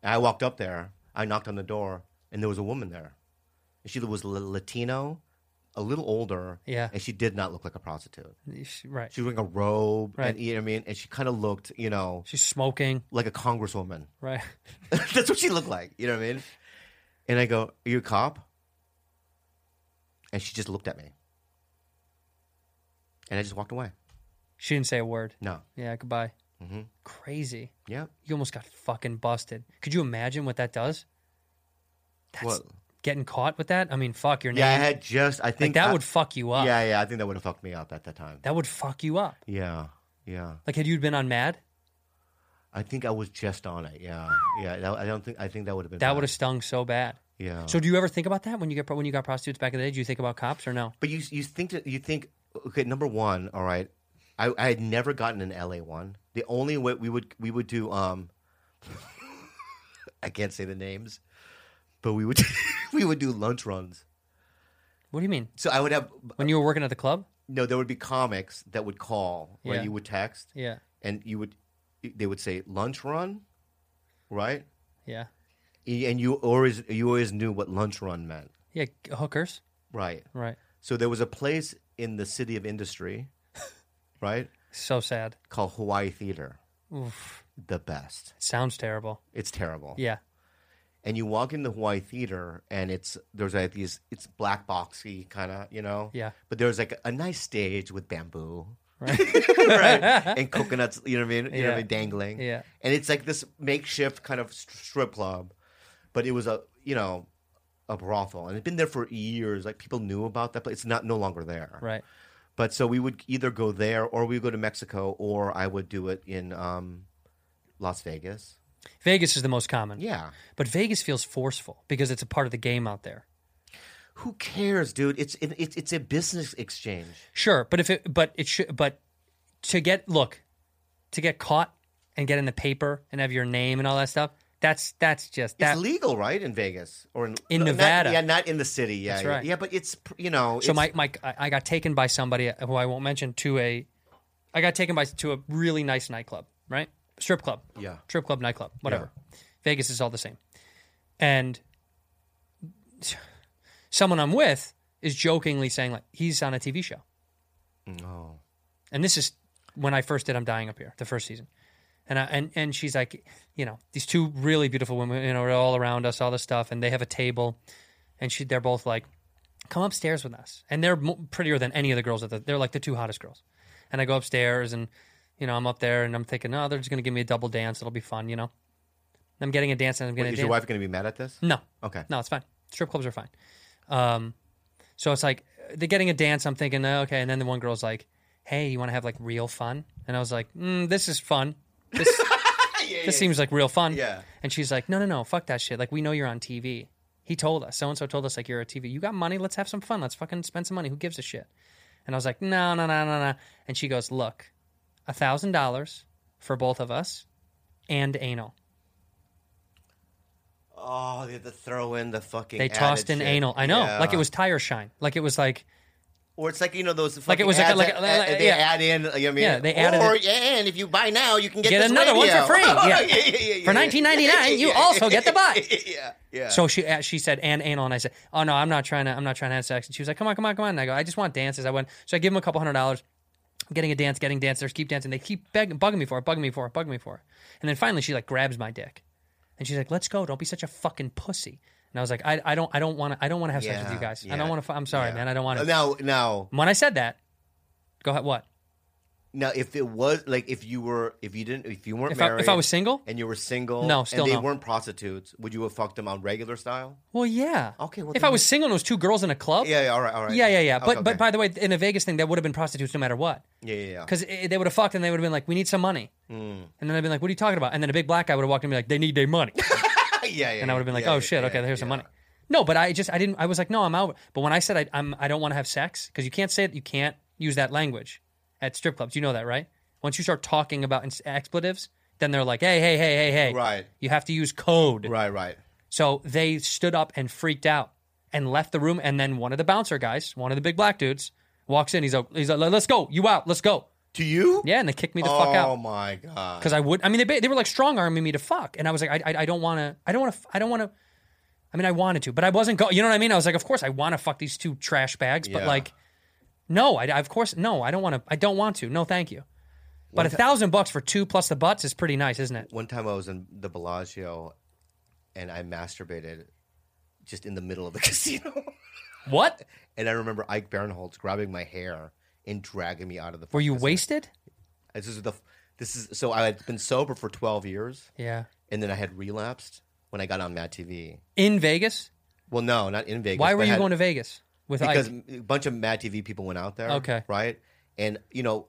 And I walked up there. I knocked on the door, and there was a woman there. And she was l- Latino, a little older.
Yeah.
And she did not look like a prostitute.
Right.
She was wearing a robe.
Right.
And, you know what I mean? And she kind of looked, you know,
She's smoking.
like a congresswoman.
Right.
That's what she looked like. You know what I mean? And I go, Are you a cop? And she just looked at me. And I just walked away.
She didn't say a word.
No.
Yeah, goodbye.
Mm-hmm.
Crazy.
Yeah.
You almost got fucking busted. Could you imagine what that does? That's
What?
getting caught with that? I mean, fuck your name.
Yeah, I had just, I
like
think
that
I-
would fuck you up.
Yeah, yeah. I think that would have fucked me up at that time.
That would fuck you up.
Yeah. Yeah.
Like had you been on Mad,
I think I was just on it. Yeah. Yeah. that- I don't think, I think that would have been.
that
bad.
would have stung so bad.
Yeah.
So do you ever think about that when you get when you got prostitutes back in the day? Do you think about cops or no?
But you, you think that, you think, okay, number one, all right. I, I had never gotten an LA one. The only way we would, we would do, um, I can't say the names, but we would, we would do lunch runs.
What do you mean?
So I would have,
When you were working at the club?
no, there would be comics that would call, right?
Yeah.
You would text.
Yeah.
and you would they would say lunch run right
Yeah.
and you always you always knew what lunch run meant
Yeah, hookers.
right
Right.
so there was a place in the city of industry right
So sad.
called hawaii theater
Oof.
the best
Sounds terrible.
it's terrible
Yeah.
and you walk into hawaii theater and it's there's like these it's black boxy kind of you know
Yeah.
but there's like a nice stage with bamboo
Right.
right and coconuts you know what i mean you know what
Yeah.
i mean dangling
Yeah.
and it's like this makeshift kind of st- strip club, but it was a you know a brothel, and it'd been there for years. Like people knew about that, but it's not no longer there.
Right.
But so we would either go there, or we would go to Mexico, or I would do it in um, Las Vegas.
Vegas is the most common.
Yeah.
But Vegas feels forceful because it's a part of the game out there.
Who cares, dude? It's it, it's it's a business exchange.
Sure, but if it but it should but to get look, to get caught and get in the paper and have your name and all that stuff, That's that's just
It's
that.
legal, right, in Vegas or in,
In
no, not-
Nevada.
yeah, not in the city. Yeah,
That's
yeah.
right.
Yeah, but it's you know.
So
it's-
my, my I I got taken by somebody uh, who I won't mention to a I got taken by to a really nice nightclub, right? Strip club.
Yeah.
Strip club, nightclub, whatever. Vegas is all the same. And someone I'm with is jokingly saying like he's on a TV show.
Oh.
And this is when I first did I'm dying up here, the first season. And I, and and she's like, you know, these two really beautiful women, you know, are all around us, all this stuff, and they have a table, and she they're both like, come upstairs with us, and they're mo- prettier than any of the girls at the. They're like the two hottest girls, and I go upstairs and, you know, I'm up there and I'm thinking, oh, they're just gonna give me a double dance, it'll be fun, you know. I'm getting a dance and I'm
Wait,
getting
is
a
your
dance.
wife going to be mad at this?
No.
Okay.
No, it's fine. Strip clubs are fine. Um, so it's like they're getting a dance. I'm thinking, oh, okay. And then the one girl's like, "Hey, you want to have like real fun?" And I was like, mm, "This is fun. This, this seems like real fun."
Yeah.
And she's like, "No, no, no. Fuck that shit. Like we know you're on TV. He told us. So and so told us like you're a TV. You got money. Let's have some fun. Let's fucking spend some money. Who gives a shit?" And I was like, "No, no, no, no, no." And she goes, "Look, a thousand dollars for both of us, and anal."
Oh, they had to throw in the fucking.
They
added
tossed in
shit.
anal. I know,
Yeah.
like it was tire shine. Like it was like
or it's like you know those fucking
Like it was like a-
ads
like a-
that-
like a-
uh, they
yeah.
add in. You know what I mean,
Yeah, they added
Or
it.
and if you buy now, you can get,
Get
this
another one for
radio.
free, yeah.
yeah, yeah, yeah,
For $19.99, you also get the butt.
yeah, yeah.
so. She uh, she said and anal, and I said, oh no, I'm not trying to. I'm not trying to have sex. And she was like, come on, come on, come on. And I go, I just want dances. I went. So I give him a couple hundred dollars. I'm getting a dance, getting dancers, keep dancing. They keep begging, bugging me for it, bugging me for it, bugging me for it. And then finally, she like grabs my dick, and she's like, "Let's go! Don't be such a fucking pussy." And I was like, "I, I don't, I don't want to, I don't want to have sex with you guys. I don't want to. I'm sorry, man. I don't want to."
Now, now,
When I said that, go ahead. What?
now, if it was like if you were, if you didn't, if you weren't
If I-
married,
if I was single?
and you were single,
No, still
and they
no.
weren't prostitutes, would you have fucked them on regular style?
Well, yeah.
Okay, well,
if
then
I was
you-
single and it was two girls in a club,
Yeah, yeah, all right, all right.
Yeah, yeah, yeah. But
Okay,
but
okay.
by the way, in a Vegas thing, that would have been prostitutes no matter what,
yeah, yeah, yeah.
because they would have fucked and they would have been like, "We need some money,"
Hmm.
and then I'd been like, "What are you talking about?" And then a big black guy would have walked in and be like, "They need their money,"
yeah, yeah,
and I would have been like,
yeah,
"Oh
yeah,
shit,
yeah,
okay, here's some
yeah.
money." No, but I just I didn't. I was like, "No, I'm out." But when I said I, I'm I don't want to have sex because you can't say it, you can't use that language at strip clubs. You know that, right? Once you start talking about ins- expletives, then they're like, "Hey, hey, hey, hey, hey!"
Right.
You have to use code.
Right, right.
So they stood up and freaked out and left the room. And then one of the bouncer guys, one of the big black dudes, walks in. He's like, he's like "Let's go, you out, let's go."
To you?
Yeah, and they kicked me the
oh
fuck out
my god.
because I would. I mean, they ba- they were like strong arming me to fuck, and I was like, I I, I don't want to. I don't want to. I don't want to. I mean, I wanted to, but I wasn't going. You know what I mean? I was like, of course, I want to fuck these two trash bags, but
Yeah.
like, no, I, I- of course, no, I don't want to. I don't want to. No, thank you. But a thousand bucks for two plus the butts is pretty nice, isn't it?
One time I was in the Bellagio, and I masturbated just in the middle of the casino.
What?
And I remember Ike Barinholtz grabbing my hair and dragging me out of the.
Were you
fucking-
wasted?
This is the. This is so I had been sober for twelve years,
Yeah.
and then I had relapsed when I got on Mad TV.
In Vegas?
Well, no, not in Vegas.
Why were
but
you
had-
going to Vegas with
Because
Ike?
a bunch of Mad TV people went out there.
Okay.
Right, and you know,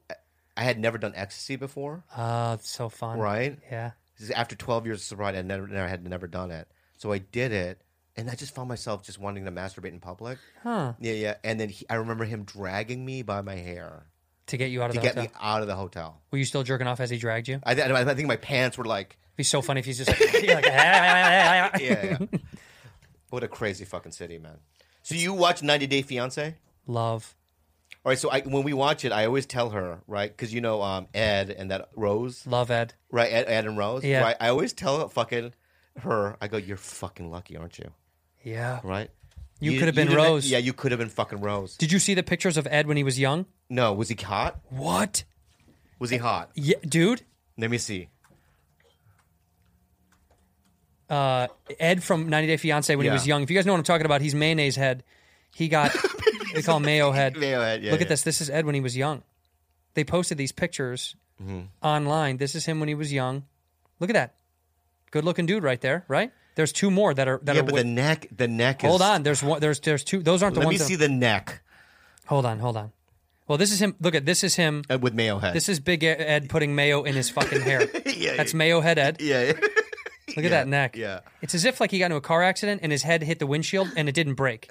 I had never done ecstasy before.
Oh, it's so fun.
Right.
Yeah.
This is after 12 years of sobriety, I never, never had never done it. So I did it, and I just found myself just wanting to masturbate in public.
Huh.
Yeah, yeah. And then he, I remember him dragging me by my hair
To get you out of
to
the
get
hotel.
me out of the hotel.
Were you still jerking off as he dragged you? It'd
I, th- I think my pants were like,
be so funny if he's just like, you're like, "Ah, ah, ah, ah."
yeah, yeah. what a crazy fucking city, man. So you watch 90 Day Fiance?
love.
All right. So I, when we watch it, I always tell her, right? Because you know um, Ed and that Rose,
Love Ed.
right? Ed, Ed and Rose,
Yeah.
right? I always tell fucking her, I go, you're fucking lucky, aren't you?
Yeah.
Right?
You could have been
didn't-
Rose.
Yeah, you could have been fucking Rose.
Did you see the pictures of Ed when he was young?
No, was he hot?
What?
Was he hot?
Yeah, dude.
Let me see.
Uh, Ed from 90 Day Fiance when he
Yeah.
was young. If you guys know what I'm talking about, he's mayonnaise head. He got they call him mayo head.
Mayo head, yeah,
Look at
yeah.
this. This is Ed when he was young. They posted these pictures
Mm-hmm.
online. This is him when he was young. Look at that. Good looking dude right there. Right. There's two more that are that
yeah,
are.
but
wi-
the neck, the neck is.
Hold on. There's one. There's there's two. Those aren't the
Let me
ones. that-
see the neck
hold on. Hold on. Well, this is him. Look at this is him.
uh, with mayo head.
This is Big E-, Ed putting mayo in his fucking hair.
yeah,
That's mayo head Ed.
yeah, yeah.
Look at that neck.
yeah.
It's as if like he got into a car accident and his head hit the windshield and it didn't break.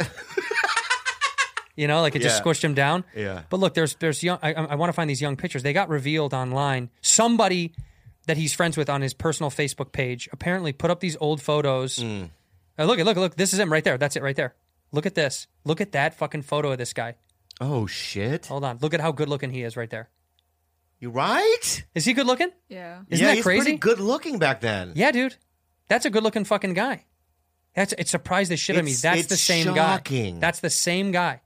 you know, like it just
Yeah.
squished him down.
Yeah.
But look, there's there's young. I, I want to find these young pictures. They got revealed online. Somebody that he's friends with on his personal Facebook page apparently put up these old photos.
Hmm.
Uh, look at look look. This is him right there. That's it right there. Look at this. Look at that fucking photo of this guy.
Oh shit!
Hold on. Look at how good looking he is right there.
You right?
Is he good looking?
Yeah.
Isn't
yeah,
that
he's
crazy?
pretty good looking back then.
Yeah, dude. That's a good looking fucking guy. That's it surprised the shit out of me.
It's-
That's
it's
the same guy.
shocking.
That's the same guy.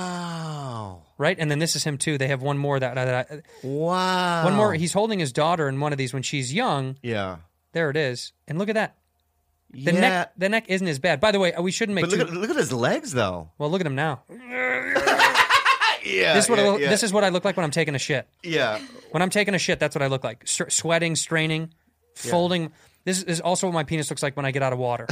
Wow.
Right? And then this is him too. They have one more that, that I-
Wow.
one more he's holding his daughter in one of these when she's young.
yeah.
There it is. And look at that. The
yeah.
neck the neck isn't as bad. By the way, uh, we shouldn't make
But look
too-
at look at his legs though.
Well, look at him now.
Yeah.
This is what I
yeah,
look,
yeah,
this is what I look like when I'm taking a shit.
yeah.
When I'm taking a shit, that's what I look like. S- sweating, straining, folding. This is also what my penis looks like when I get out of water.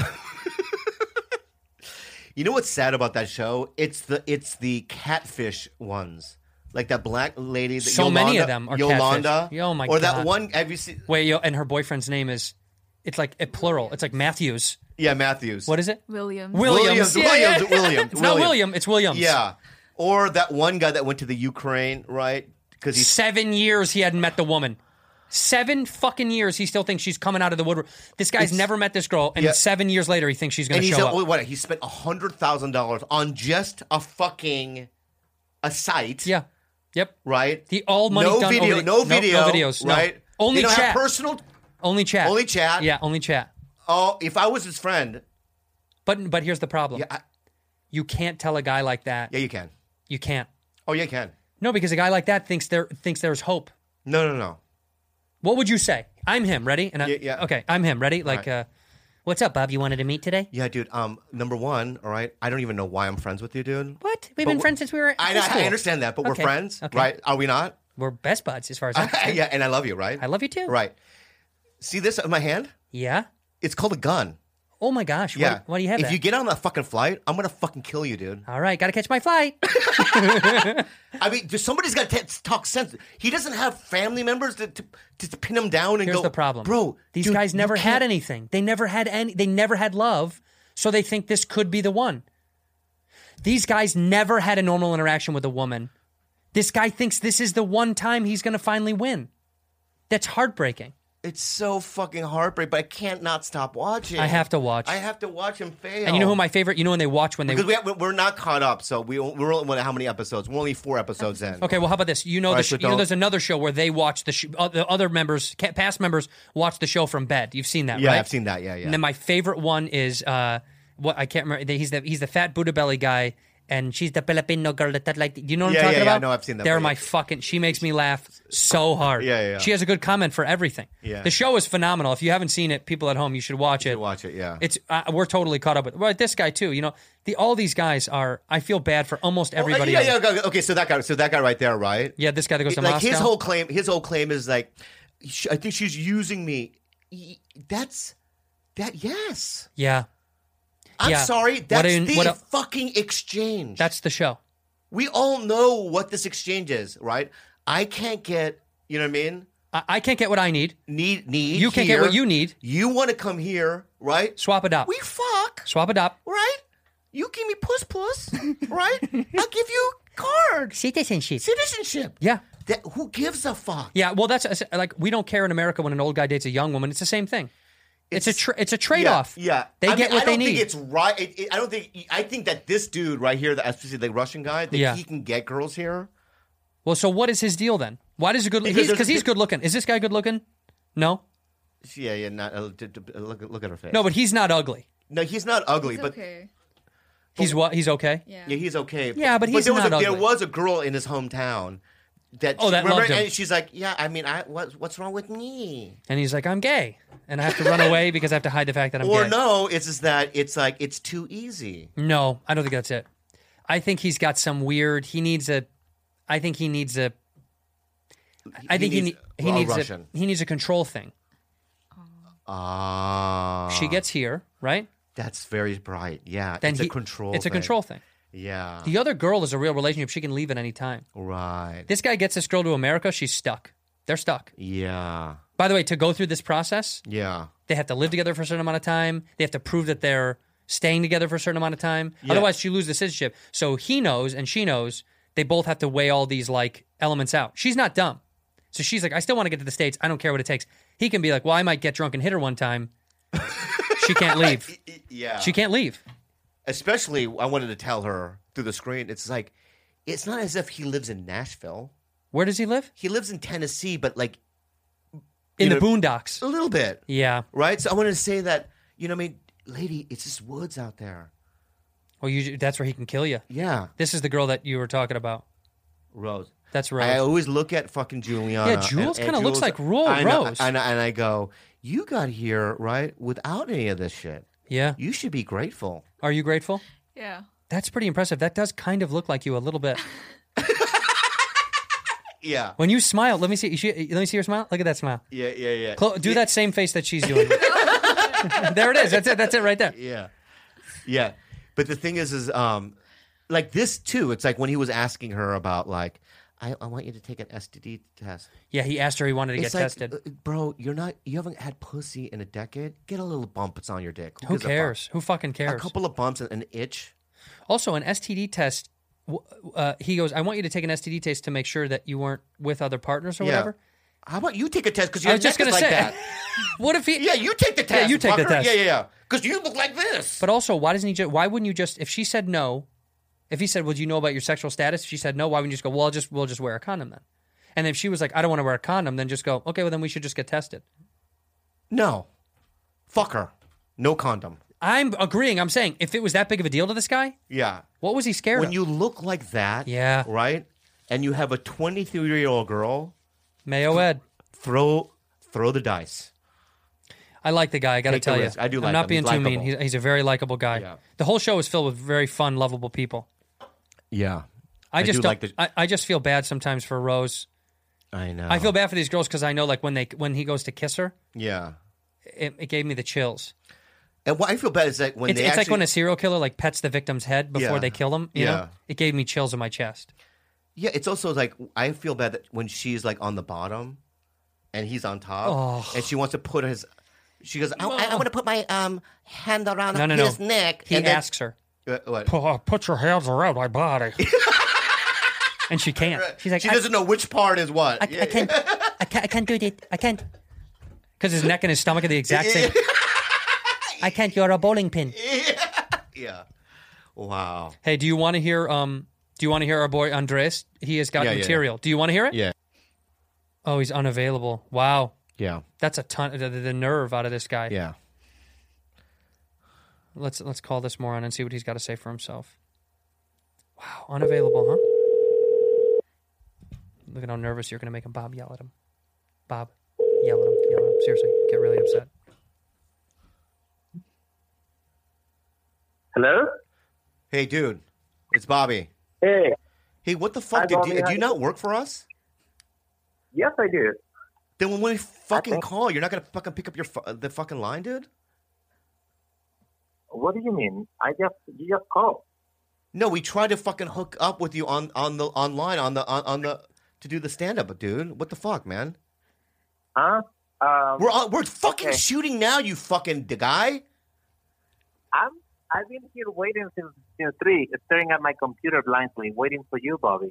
You know what's sad about that show? It's the it's the catfish ones. Like that black lady. That
So
Yolanda,
many of them are
Yolanda.
catfish. Oh, my
Or
God.
that one. Have you seen?
Wait, yo, and her boyfriend's name is it's like a plural. It's like Matthews.
Yeah, Matthews.
What is it?
Williams.
Will- Williams.
Williams?
Yeah,
Williams.
yeah.
Williams. Williams.
It's not William. It's Williams.
Yeah. Or that one guy that went to the Ukraine, right? Because he's
Seven years he hadn't met the woman. Seven fucking years he still thinks she's coming out of the woodwork. This guy's never met this girl, and
Yeah.
seven years later he thinks she's going
and
to
he's
show up.
oh, what he spent hundred thousand dollars on just a fucking a site.
yeah. Yep.
Right.
The all money
no
done
video,
over the-
no
no-
video,
no videos, no.
right?
Only
they don't
chat.
Have personal.
Only chat.
Only chat.
Yeah. Only chat.
Oh, if I was his friend,
But but here's the problem.
yeah, I,
You can't tell a guy like that.
yeah, you can.
You can't.
Oh, yeah, you can.
No, because a guy like that thinks there thinks there's hope.
No, no, no.
What would you say? I'm him. Ready? And I,
Yeah, yeah.
Okay. I'm him. Ready? Like, uh, what's up, Bob? You wanted to meet today?
Yeah, dude. Um, number one, all right. I don't even know why I'm friends with you, dude.
What? We've
But
been
wh-
friends since we were. in
I,
high
I
school.
understand that, but
Okay,
we're friends,
okay.
right? Are we not?
We're best buds as far as I'm concerned.
yeah, and I love you, right?
I love you too.
Right. See this in my hand?
Yeah.
It's called a gun.
Oh my gosh.
Yeah.
Why, why do you have
If
that?
you get on that fucking flight, I'm gonna fucking kill you, dude.
All right, gotta catch my flight.
I mean, there's- somebody's got to talk sense. He doesn't have family members to to, to, to pin him down and
Here's
go.
the problem,
bro.
These
dude,
guys
you
never had
can't-
anything. They never had any. They never had love, so they think this could be the one. These guys never had a normal interaction with a woman. This guy thinks this is the one time he's gonna finally win. That's heartbreaking.
It's so fucking heartbreak, but I can't not stop watching.
I have to watch.
I have to watch him fail.
and you know who my favorite? You know when they watch when they.
Because we have, we're not caught up, so we we're only what, how many episodes? We're only four episodes in.
Okay, well, how about this? You know,
All
the
right,
sh-
so
you know,
don't-
there's another show where they watch the sh- uh, the other members, ca- past members, watch the show from bed. You've seen that,
Yeah,
right?
I've seen that. Yeah, yeah.
And then my favorite one is uh, what I can't remember. He's the he's the fat Buddha belly guy, and she's the Filipino girl that, that like. You know what
Yeah,
I'm talking
yeah, yeah,
about?
I know, I've seen that
They're
one,
my
yeah.
fucking. She makes me laugh so hard.
Yeah, yeah, yeah.
She has a good comment for everything.
Yeah.
The show is phenomenal. If you haven't seen it, people at home, you should watch it.
watch it. Yeah.
It's uh, we're totally caught up with. Right, this guy too. You know, the all these guys are. I feel bad for almost everybody.
Oh, Yeah,
else.
yeah. Okay, okay, so that guy, so that guy right there, right?
Yeah, this guy that goes to
like
Moscow.
his whole claim, his whole claim is like, "Sh- I think she's using me. Y- That's that. Yes.
yeah.
I'm
Yeah.
sorry.
What
That's
an-
the
what a-
fucking exchange.
That's the show.
we all know what this exchange is, right? I can't get. You know what I mean?
I, I can't get what I need.
Need need.
You can't get what
here.
you need.
You want to come here, right?
Swap it up.
We fuck,
Swap it up.
right? You give me puss puss, right? I'll give you card
Citizenship.
citizenship.
Yeah.
That who gives a fuck?
Yeah. Well, that's that's- like we don't care in America when an old guy dates a young woman. It's the same thing. It's, a
It's-
tra- it's a trade off.
Yeah, yeah.
They
I
get
mean,
what
I
they
don't
need.
Think it's right. It, it- I don't think. I think that this dude right here, that especially the Russian guy, that
Yeah.
he can get girls here.
well, so what is his deal then? Why does he good?
Because
Because he's,
there's-
'cause he's good looking. Is this guy good looking? No.
Yeah, yeah. Not, uh, d- d- look, at- look at her face.
No, but he's not ugly.
no, he's not ugly,
It's
but
okay.
He's what? He's okay.
Yeah.
yeah, he's okay.
Yeah, but he's
there was
not
a, there
ugly.
was a girl in his hometown that
Oh,
she-
that
remember,
loved him.
and she's like, yeah. I mean, I what, what's wrong with me?
And he's like, I'm gay, and I have to run away because I have to hide the fact that I'm
Or
gay.
no, it's just that it's like it's too easy.
No, I don't think that's it. I think he's got some weird. He needs a. I think he needs a. I think he
needs-
he, ne- he
a
needs
Russian.
a he needs a control thing.
Ah,
she gets here, right?
that's very bright. Yeah,
Then
it's
he,
a control.
It's a
thing.
control thing.
Yeah,
The other girl is a real relationship. She can leave at any time.
right.
This guy gets this girl to America. She's stuck. They're stuck.
Yeah,
By the way, to go through this process,
yeah.
they have to live together for a certain amount of time. They have to prove that they're staying together for a certain amount of time. Otherwise, she loses the citizenship. So he knows and she knows. They both have to weigh all these like elements out. She's not dumb. So she's like, I still want to get to the States. I don't care what it takes. He can be like, well, I might get drunk and hit her one time. she can't leave.
Yeah.
She can't leave.
Especially, I wanted to tell her through the screen. It's like, it's not as if he lives in Nashville.
Where does he live?
He lives in Tennessee, but like
In
You
the
know-
boondocks.
a little bit,
Yeah.
right? So I wanted to say that, you know, what I mean, lady, it's just woods out there.
Well, you, that's where he can kill you.
Yeah,
This is the girl that you were talking about.
Rose.
That's
I
Rose.
always look at fucking Juliana.
Yeah, Jules
and- and
kinda looks
Jules-
like Ro-
I know,
Rose.
And, I- and I go, you got here right without any of this shit.
yeah.
You should be grateful.
Are you grateful?
Yeah.
That's pretty impressive. That does kind of look like you a little bit.
Yeah,
When you smile, let me see. She, let me see your smile. Look at that smile.
yeah, yeah, yeah.
Clo- do that same face that she's doing. there it is. That's it. That's it right there.
Yeah. Yeah. But the thing is, is um like this too, it's like when he was asking her about like, I, I want you to take an STD test.
Yeah, he asked her he wanted to
it's
get
like,
tested.
uh, Bro, you're not you haven't had pussy in a decade. Get a little bump, it's on your dick.
Who
gives a fuck?
cares? Who fucking
A,
cares?
couple of bumps and an itch.
Also, an STD test. w- Uh, he goes, I want you to take an STD test to make sure that you weren't with other partners or
Yeah.
whatever.
How about you take a test? Because
I
you're
was just gonna
just like
say.
that.
What if he?
Yeah, you take the
Yeah,
test.
you take the
fucker.
test.
Yeah, yeah, yeah. Because you look like this.
But also, why doesn't he? Ju- why wouldn't you just? If she said no, if he said, "Well, do you know about your sexual status?" If she said no, why wouldn't you just go? Well, I'll just we'll just wear a condom then. And if she was like, "I don't want to wear a condom," then just go. Okay, well then we should just get tested.
no. Fuck her. No condom.
I'm agreeing. I'm saying if it was that big of a deal to this guy,
Yeah.
what was he scared
When
of?
you look like that,
Yeah.
right? And you have a 23 year old girl,
Mayo Ed.
throw throw the dice.
I like the guy. I got to
Take the
tell you,
risk. I do
I'm
like
not
him.
being
He's
too mean.
likable.
He's, he's a very likable guy.
Yeah.
The whole show is filled with very fun, lovable people.
Yeah,
I just
do
don't,
like the-
I, I just feel bad sometimes for Rose.
I know.
I feel bad for these girls because I know like when they when he goes to kiss her,
yeah,
it, it gave me the chills.
and what I feel bad is that when
it's
they
it's like
actually,
when a serial killer like pets the victim's head before
Yeah.
they kill them. You
Yeah.
know, it gave me chills in my chest.
yeah, it's also like I feel bad that when she's like on the bottom, and he's on top, and she wants to put his. She goes, "Oh, I, I, want to put my um hand around
No, no, no.
his neck.
He
and then-
asks her,
Uh, what?
"Oh, "Put your hands around my body," and she can't. She's like,
she
"I-
doesn't know which part is what.
I, I can't. I can't. I can't do it. I can't. Because his neck and his stomach are the exact same. I can't. You're a bowling pin.
yeah. Wow.
Hey, do you want to hear? Um, do you want to hear our boy Andres? He has got
Yeah, yeah,
material. Do you want to hear it?
Yeah.
Oh, he's unavailable. Wow,
Yeah.
that's a ton. The, the nerve out of this guy.
Yeah.
Let's let's call this moron and see what he's got to say for himself. Wow, unavailable, huh? Look at how nervous you're going to make him. Bob, yell at him. Bob, yell at him. Yell at him. Seriously, get really upset.
Hello?
Hey, dude, it's Bobby.
Hey.
Hey, what the fuck? Did, do,
Bobby,
you,
how
do you
you-
not work for us?
Yes, I do.
Then when we fucking call, you're not gonna fucking pick up your fu- uh, the fucking line, dude.
What do you mean? I just you just called.
No, we tried to fucking hook up with you on on the online on the on, on the to do the stand up, dude. What the fuck, man?
Huh? Um,
We're on, we're fucking
Okay.
shooting now, you fucking d- guy.
I'm I've been here waiting since since three, staring at my computer blindly, waiting for you, Bobby.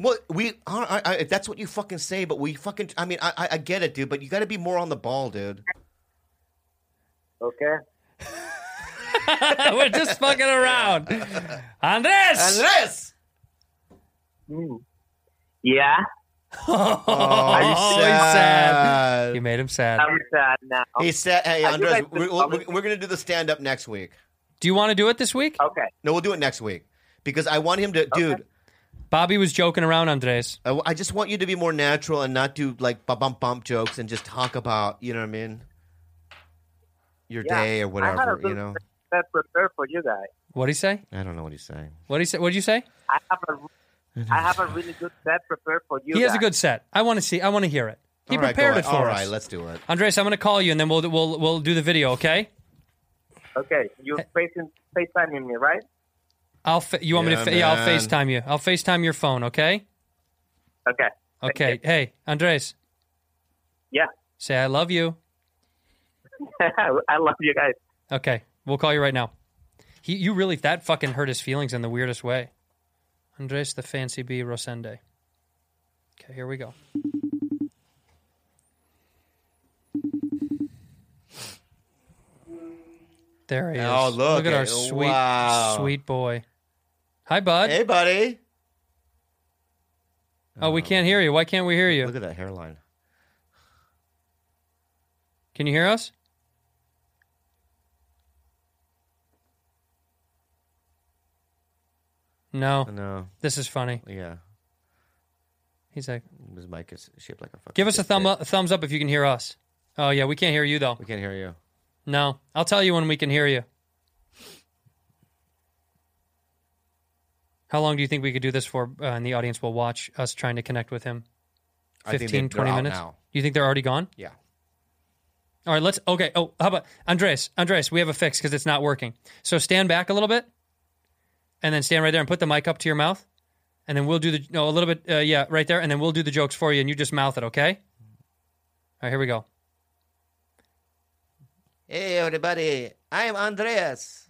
What we? I, I, I, if that's what you fucking say, but we fucking. I mean, I, I, I get it, dude, but you got to be more on the ball, dude.
Okay?
We're just fucking around. Andres!
Unless.
Mm. Yeah,
Oh,
he's sad. You made him sad.
I'm sad now.
He said, "Hey,
Are you
Andres,
guys
we're,
just
we're,
public-
we're gonna do the stand up next week.
Do you want to do it this week?
Okay.
No, we'll do it next week because I want him to, dude.
Bobby was joking around, Andres.
I, I just want you to be more natural and not do like bump bump bump jokes and just talk about you know what I mean, your
Yeah.
day or
I had a
whatever.
little
You know,
set prepared for you guys.
What'd he say?
I don't know what he's saying.
What'd he say? What'd you say?
I have a I have a really good set prepared for you.
he has a
guys.
good set. I want to see. I want to hear it. He
All right, go
prepared
on.
it for
All
us.
right, let's do it.
Andres, I'm going to call you and then we'll we'll we'll do the video, okay?
Okay, you're facing FaceTiming me, right?
I'll fa- you want me to
Yeah,
fa- yeah, I'll
man.
FaceTime you. I'll FaceTime your phone, okay?
Okay. Thank
Okay.
you.
Hey, Andres,
Yeah.
say I love you.
I love you guys.
Okay. We'll call you right now. He you really that fucking hurt his feelings in the weirdest way. Andres the fancy bee Rosende. Okay, here we go. There he is.
Oh, look
at our
at-
sweet,
wow.
sweet boy. Hi, bud.
Hey, buddy.
Oh, we can't hear you. Why can't we hear you?
Look at that hairline.
Can you hear us? No.
No.
This is funny.
Yeah.
He's like,
His mic is shaped like a fucking.
give us a
dick pic.
thumb up, thumbs up if you can hear us. Oh yeah, we can't hear you though.
We can't hear you.
No, I'll tell you when we can hear you. How long do you think we could do this for? Uh, and the audience will watch us trying to connect with him.
I
15,
think they- they're
20
out
minutes.
now.
You think they're already gone?
Yeah.
All right, let's. Okay. Oh, how about Andres? Andres, we have a fix because it's not working. So stand back a little bit, and then stand right there and put the mic up to your mouth, and then we'll do the no a little bit. Uh, yeah, right there, and then we'll do the jokes for you, and you just mouth it. Okay. All right, here we go.
Hey, everybody. I'm Andreas.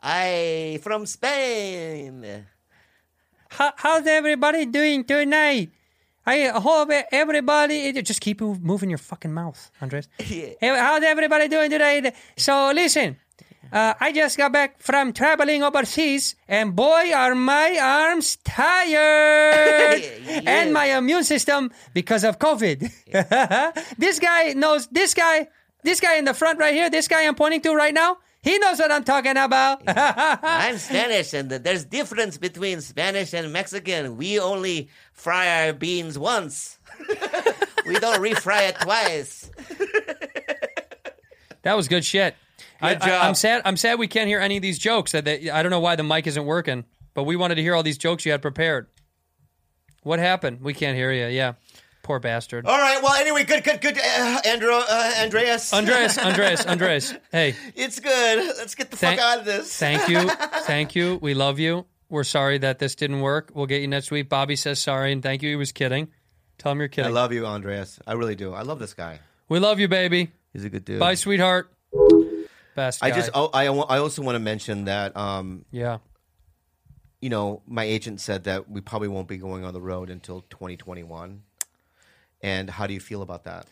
I from Spain.
How, how's everybody doing tonight? I hope everybody just keep mov- moving your fucking mouth, Andres. Hey, How's everybody doing today? So listen, uh, I just got back from traveling overseas, and boy, are my arms tired and my immune system because of COVID. this guy knows. This guy, this guy in the front right here, this guy I'm pointing to right now, he knows what I'm talking about. Ah.
I'm Spanish, and there's difference between Spanish and Mexican. We only fry our beans once. we don't refry it twice.
That was good shit. I,
Good job.
am sad. I'm sad we can't hear any of these jokes. That they, I don't know why the mic isn't working, but we wanted to hear all these jokes you had prepared. What happened? We can't hear you. Yeah, poor bastard.
All right. Well, anyway, good, good, good. Uh, Andrew, uh, Andreas.
Andres, Andres, Andres. Hey,
It's good. Let's get the
Thank-
fuck out of this.
thank you, thank you. We love you. We're sorry that this didn't work. We'll get you next week. Bobby says sorry and thank you. He was kidding. Tell him you're
I
kidding.
love you, Andreas. I really do. I love this guy.
we love you, baby.
He's a good dude.
Bye, sweetheart. Best.
I
guy.
just, oh, I, I also want to mention that, um,
yeah.
you know, my agent said that we probably won't be going on the road until 2021. And how do you feel about that?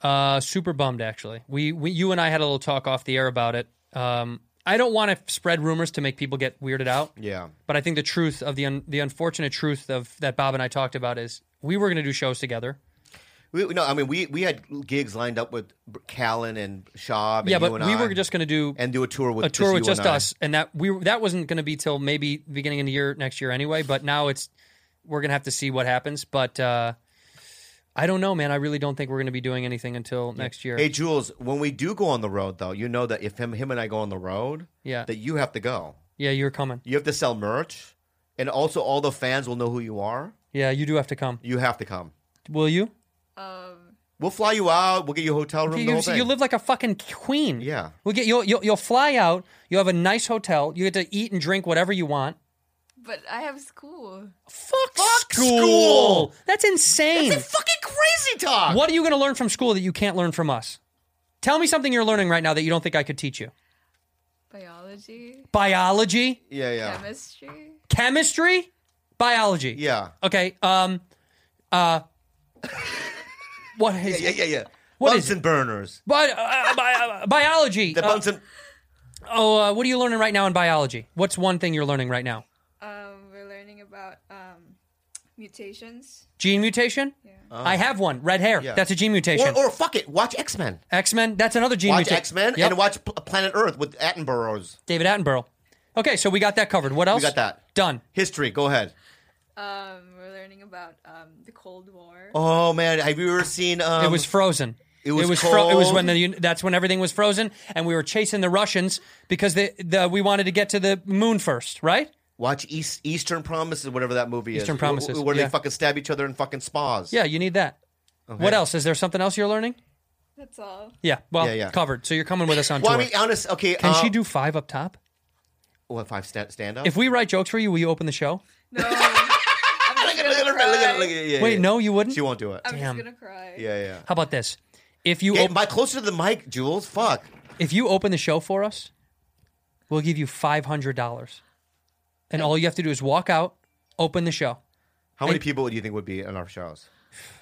Uh, super bummed actually. We, we you and I had a little talk off the air about it. Um, I don't want to spread rumors to make people get weirded out,
Yeah.
but I think the truth of the un, the unfortunate truth of that Bob and I talked about is we were going to do shows together.
We, no, I mean, we, we had gigs lined up with Callan and Shaw.
yeah, but we were just going to do
and do a tour with
a tour with
you and
just
I.
us, and that we that wasn't going to be till maybe beginning of the year next year anyway. But now it's we're going to have to see what happens. But uh, I don't know, man. I really don't think we're going to be doing anything until next year.
Hey Jules, when we do go on the road though, you know that if him him and I go on the road,
Yeah.
that you have to go.
yeah, you're coming.
You have to sell merch, and also all the fans will know who you are.
Yeah, you do have to come.
You have to come.
Will you?
Um,
We'll fly you out. We'll get you a hotel room.
You,
the
you-
whole
see,
thing.
you live like a fucking queen.
Yeah.
We'll get you'll, you'll you'll fly out. You have a nice hotel. You get to eat and drink whatever you want.
But I have school.
Fuck,
school.
That's insane.
fucking crazy talk.
what are you going to learn from school that you can't learn from us? Tell me something you're learning right now that you don't think I could teach you.
Biology,
Biology,
Yeah, yeah,
chemistry.
chemistry, biology.
yeah,
Okay. Um. Uh. what
yeah,
is?
yeah, yeah. yeah.
What is
Bunsen burners.
Bi- uh, bi- uh, biology.
The
Uh,
Bunsen.
oh, uh, what are you learning right now in biology? What's one thing you're learning right now?
Um, we're learning about um, mutations.
Gene mutation? I have one. Red hair.
Oh. Yeah.
That's a gene mutation.
Or, or fuck it, watch X Men.
X Men. That's another gene
Watch
mutation.
X Men
Yep.
and watch P- Planet Earth with Attenborough's
David Attenborough. Okay, so we got that covered. What else?
got that.
Done.
history. Go ahead.
Um, we're learning about um, the Cold War.
Oh man, have you ever seen? Um,
it was frozen.
it was
it was when
cold.
the that's when everything was frozen, and we were chasing the Russians because the, the we wanted to get to the moon first, right?
Watch East, Eastern Promises, whatever that movie is.
Eastern
Wh- wh-
Promises,
Where,
yeah.
they fucking stab each other in fucking spas.
Yeah, you need that. What else? Is there something else you're learning?
That's all.
Yeah, well,
Yeah, yeah.
covered. So you're coming with us on
Well, I
tour.
mean, honest. Okay.
Can
uh,
she do five up top?
what five stand, stand up?
If we write jokes for you, will you open the show?
No, I'm
look
just
at her,
gonna
look at her, look at her, look at
cry.
her. Yeah,
Wait,
yeah.
no, you wouldn't.
she won't do it.
I'm
Damn.
just gonna cry.
yeah, yeah.
How about this? If you
Hey,
op-
my closer to the mic, Jules. Fuck.
If you open the show for us, we'll give you five hundred dollars, and all you have to do is walk out, open the show.
How many people do you think would be in our shows?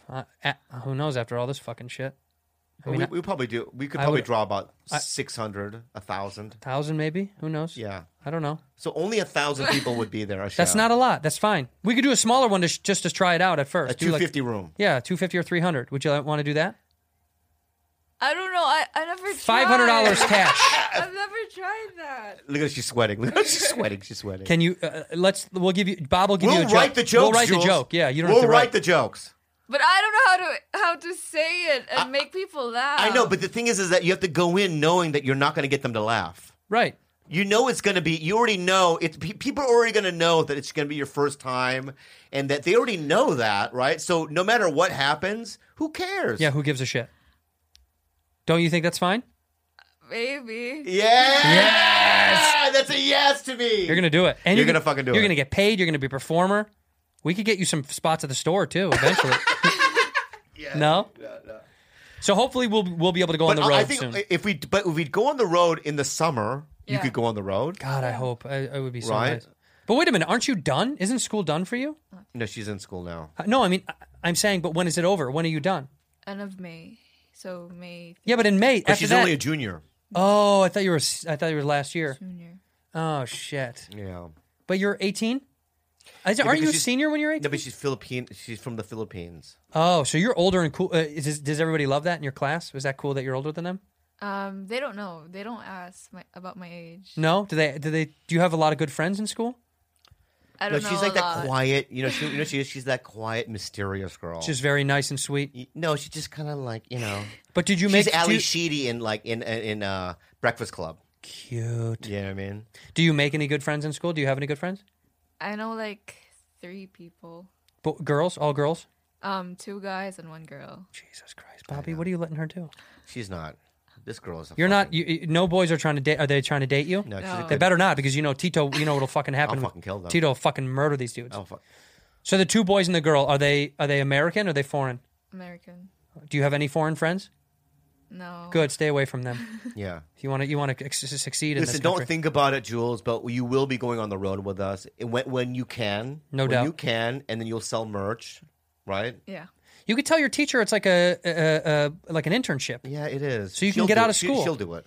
Uh, uh, who knows? After all this fucking shit, I mean,
we,
I-
we probably do. We could
I
probably
would-
draw about
I-
600, 1,000.
thousand maybe? Who knows?
Yeah.
I don't know.
So only a 1,000 people would be there.
That's not a lot. That's fine. We could do a smaller one to sh- just to try it out at first.
a
Do like-
250 room.
yeah, two fifty or three hundred. Would you like- want to do that?
I don't know. I, I never tried.
Five hundred dollars cash.
I've never tried that.
Look at her, she's sweating. Look at her, she's sweating. She's sweating.
Can you? Uh, let's. We'll give you. Bob will give
we'll
you a joke.
write the jokes.
We'll write
Jules.
the joke. Yeah, you don't
We'll
have to
write the jokes.
But I don't know how to how to say it and make people laugh.
I know, but the thing is, is that you have to go in knowing that you're not going to get them to laugh.
Right.
You know it's going to be. You already know it's. pe- People are already going to know that it's going to be your first time, and that they already know that, right? So no matter what happens, who cares?
Yeah. Who gives a shit? Don't you think that's fine?
Maybe.
Yes. yes! That's a yes to me.
You're gonna do it, and
You're
can-
gonna fucking do
You're
it.
gonna get paid. You're gonna be a performer. We could get you some spots at the store too eventually. no? So hopefully we'll we'll be able to go
But
on the road
I think
soon.
if we, but if we go on the road in the summer, you
Yeah.
could go on the road.
God, I hope I, I would be so
Right?
nice. But wait a minute, aren't you done? Isn't school done for you?
No, she's in school now.
Uh, No, I mean I, I'm saying, but when is it over? When are you done?
End of May. So May
Yeah, but in May.
But
after
she's
that,
only a junior.
oh, I thought you were. s- I thought you were last year.
junior.
Oh shit!
Yeah.
But you're 18. Is, aren't
because
you a
she's-
senior when you're 18?
No, but she's Philippine. She's from the Philippines.
oh, so you're older and cool. Uh, is, does everybody love that in your class? Was that cool that you're older than them?
Um, they don't know. They don't ask my, about my age.
No, do they? Do they? Do you have a lot of good friends in school?
I don't
no,
know.
she's
a
like that
lot.
quiet. You know, she, you know, she is. She's that quiet, mysterious girl.
Just very nice and sweet.
Y- no, she's just kind of like you know.
But did you make?
She's
do
Ali
you,
Sheedy in like in in uh, Breakfast Club.
cute.
You know what I mean?
Do you make any good friends in school? Do you have any good friends?
I know like three people.
Bo- girls, all girls.
Um, two guys and one girl.
Jesus Christ, Bobby, what are you letting her do?
She's not. This girl is. A
You're not.
fucking-
You, you- no boys are trying to date. Are they trying to date you?
no, she's a
No.
They
good-
better not, because you know Tito. You know what'll fucking happen.
I'll fucking kill them.
Tito will fucking murder these dudes.
Oh, fuck.
So the two boys and the girl are they are they American or are they foreign?
American.
Do you have any foreign friends?
No.
Good, stay away from them.
Yeah.
If you want to, you want to succeed in
Listen,
this
don't
country.
think about it, Jules, but you will be going on the road with us when, when you can.
No
when
doubt.
you can, and then you'll sell merch, right?
Yeah.
You could tell your teacher it's like a, a, a like an internship.
Yeah, it is.
So you can get
do
out
it.
of
She-
school.
She'll do it.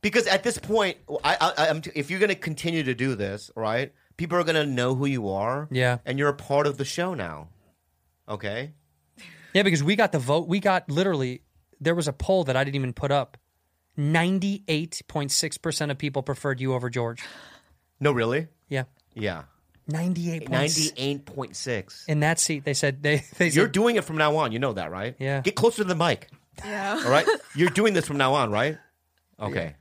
Because at this point, I, I, I'm t- if you're going to continue to do this, right? People are going to know who you are.
Yeah.
And you're a part of the show now. Okay?
Yeah, because we got the vote. We got literally there was a poll that I didn't even put up. Ninety eight point six percent of people preferred you over George.
No, really?
Yeah,
Yeah.
ninety eight.
98.6.
in that seat. They said they they said,
You're doing it from now on. You know that, right?
Yeah.
Get closer to the mic.
Yeah.
All right? you're doing this from now on, right? Okay.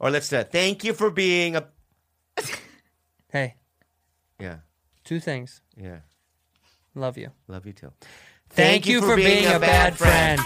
Or let's uh, thank you for being a.
hey
Yeah.
two things
Yeah.
love you.
Love you too.
Thank, you, for being, a bad friend.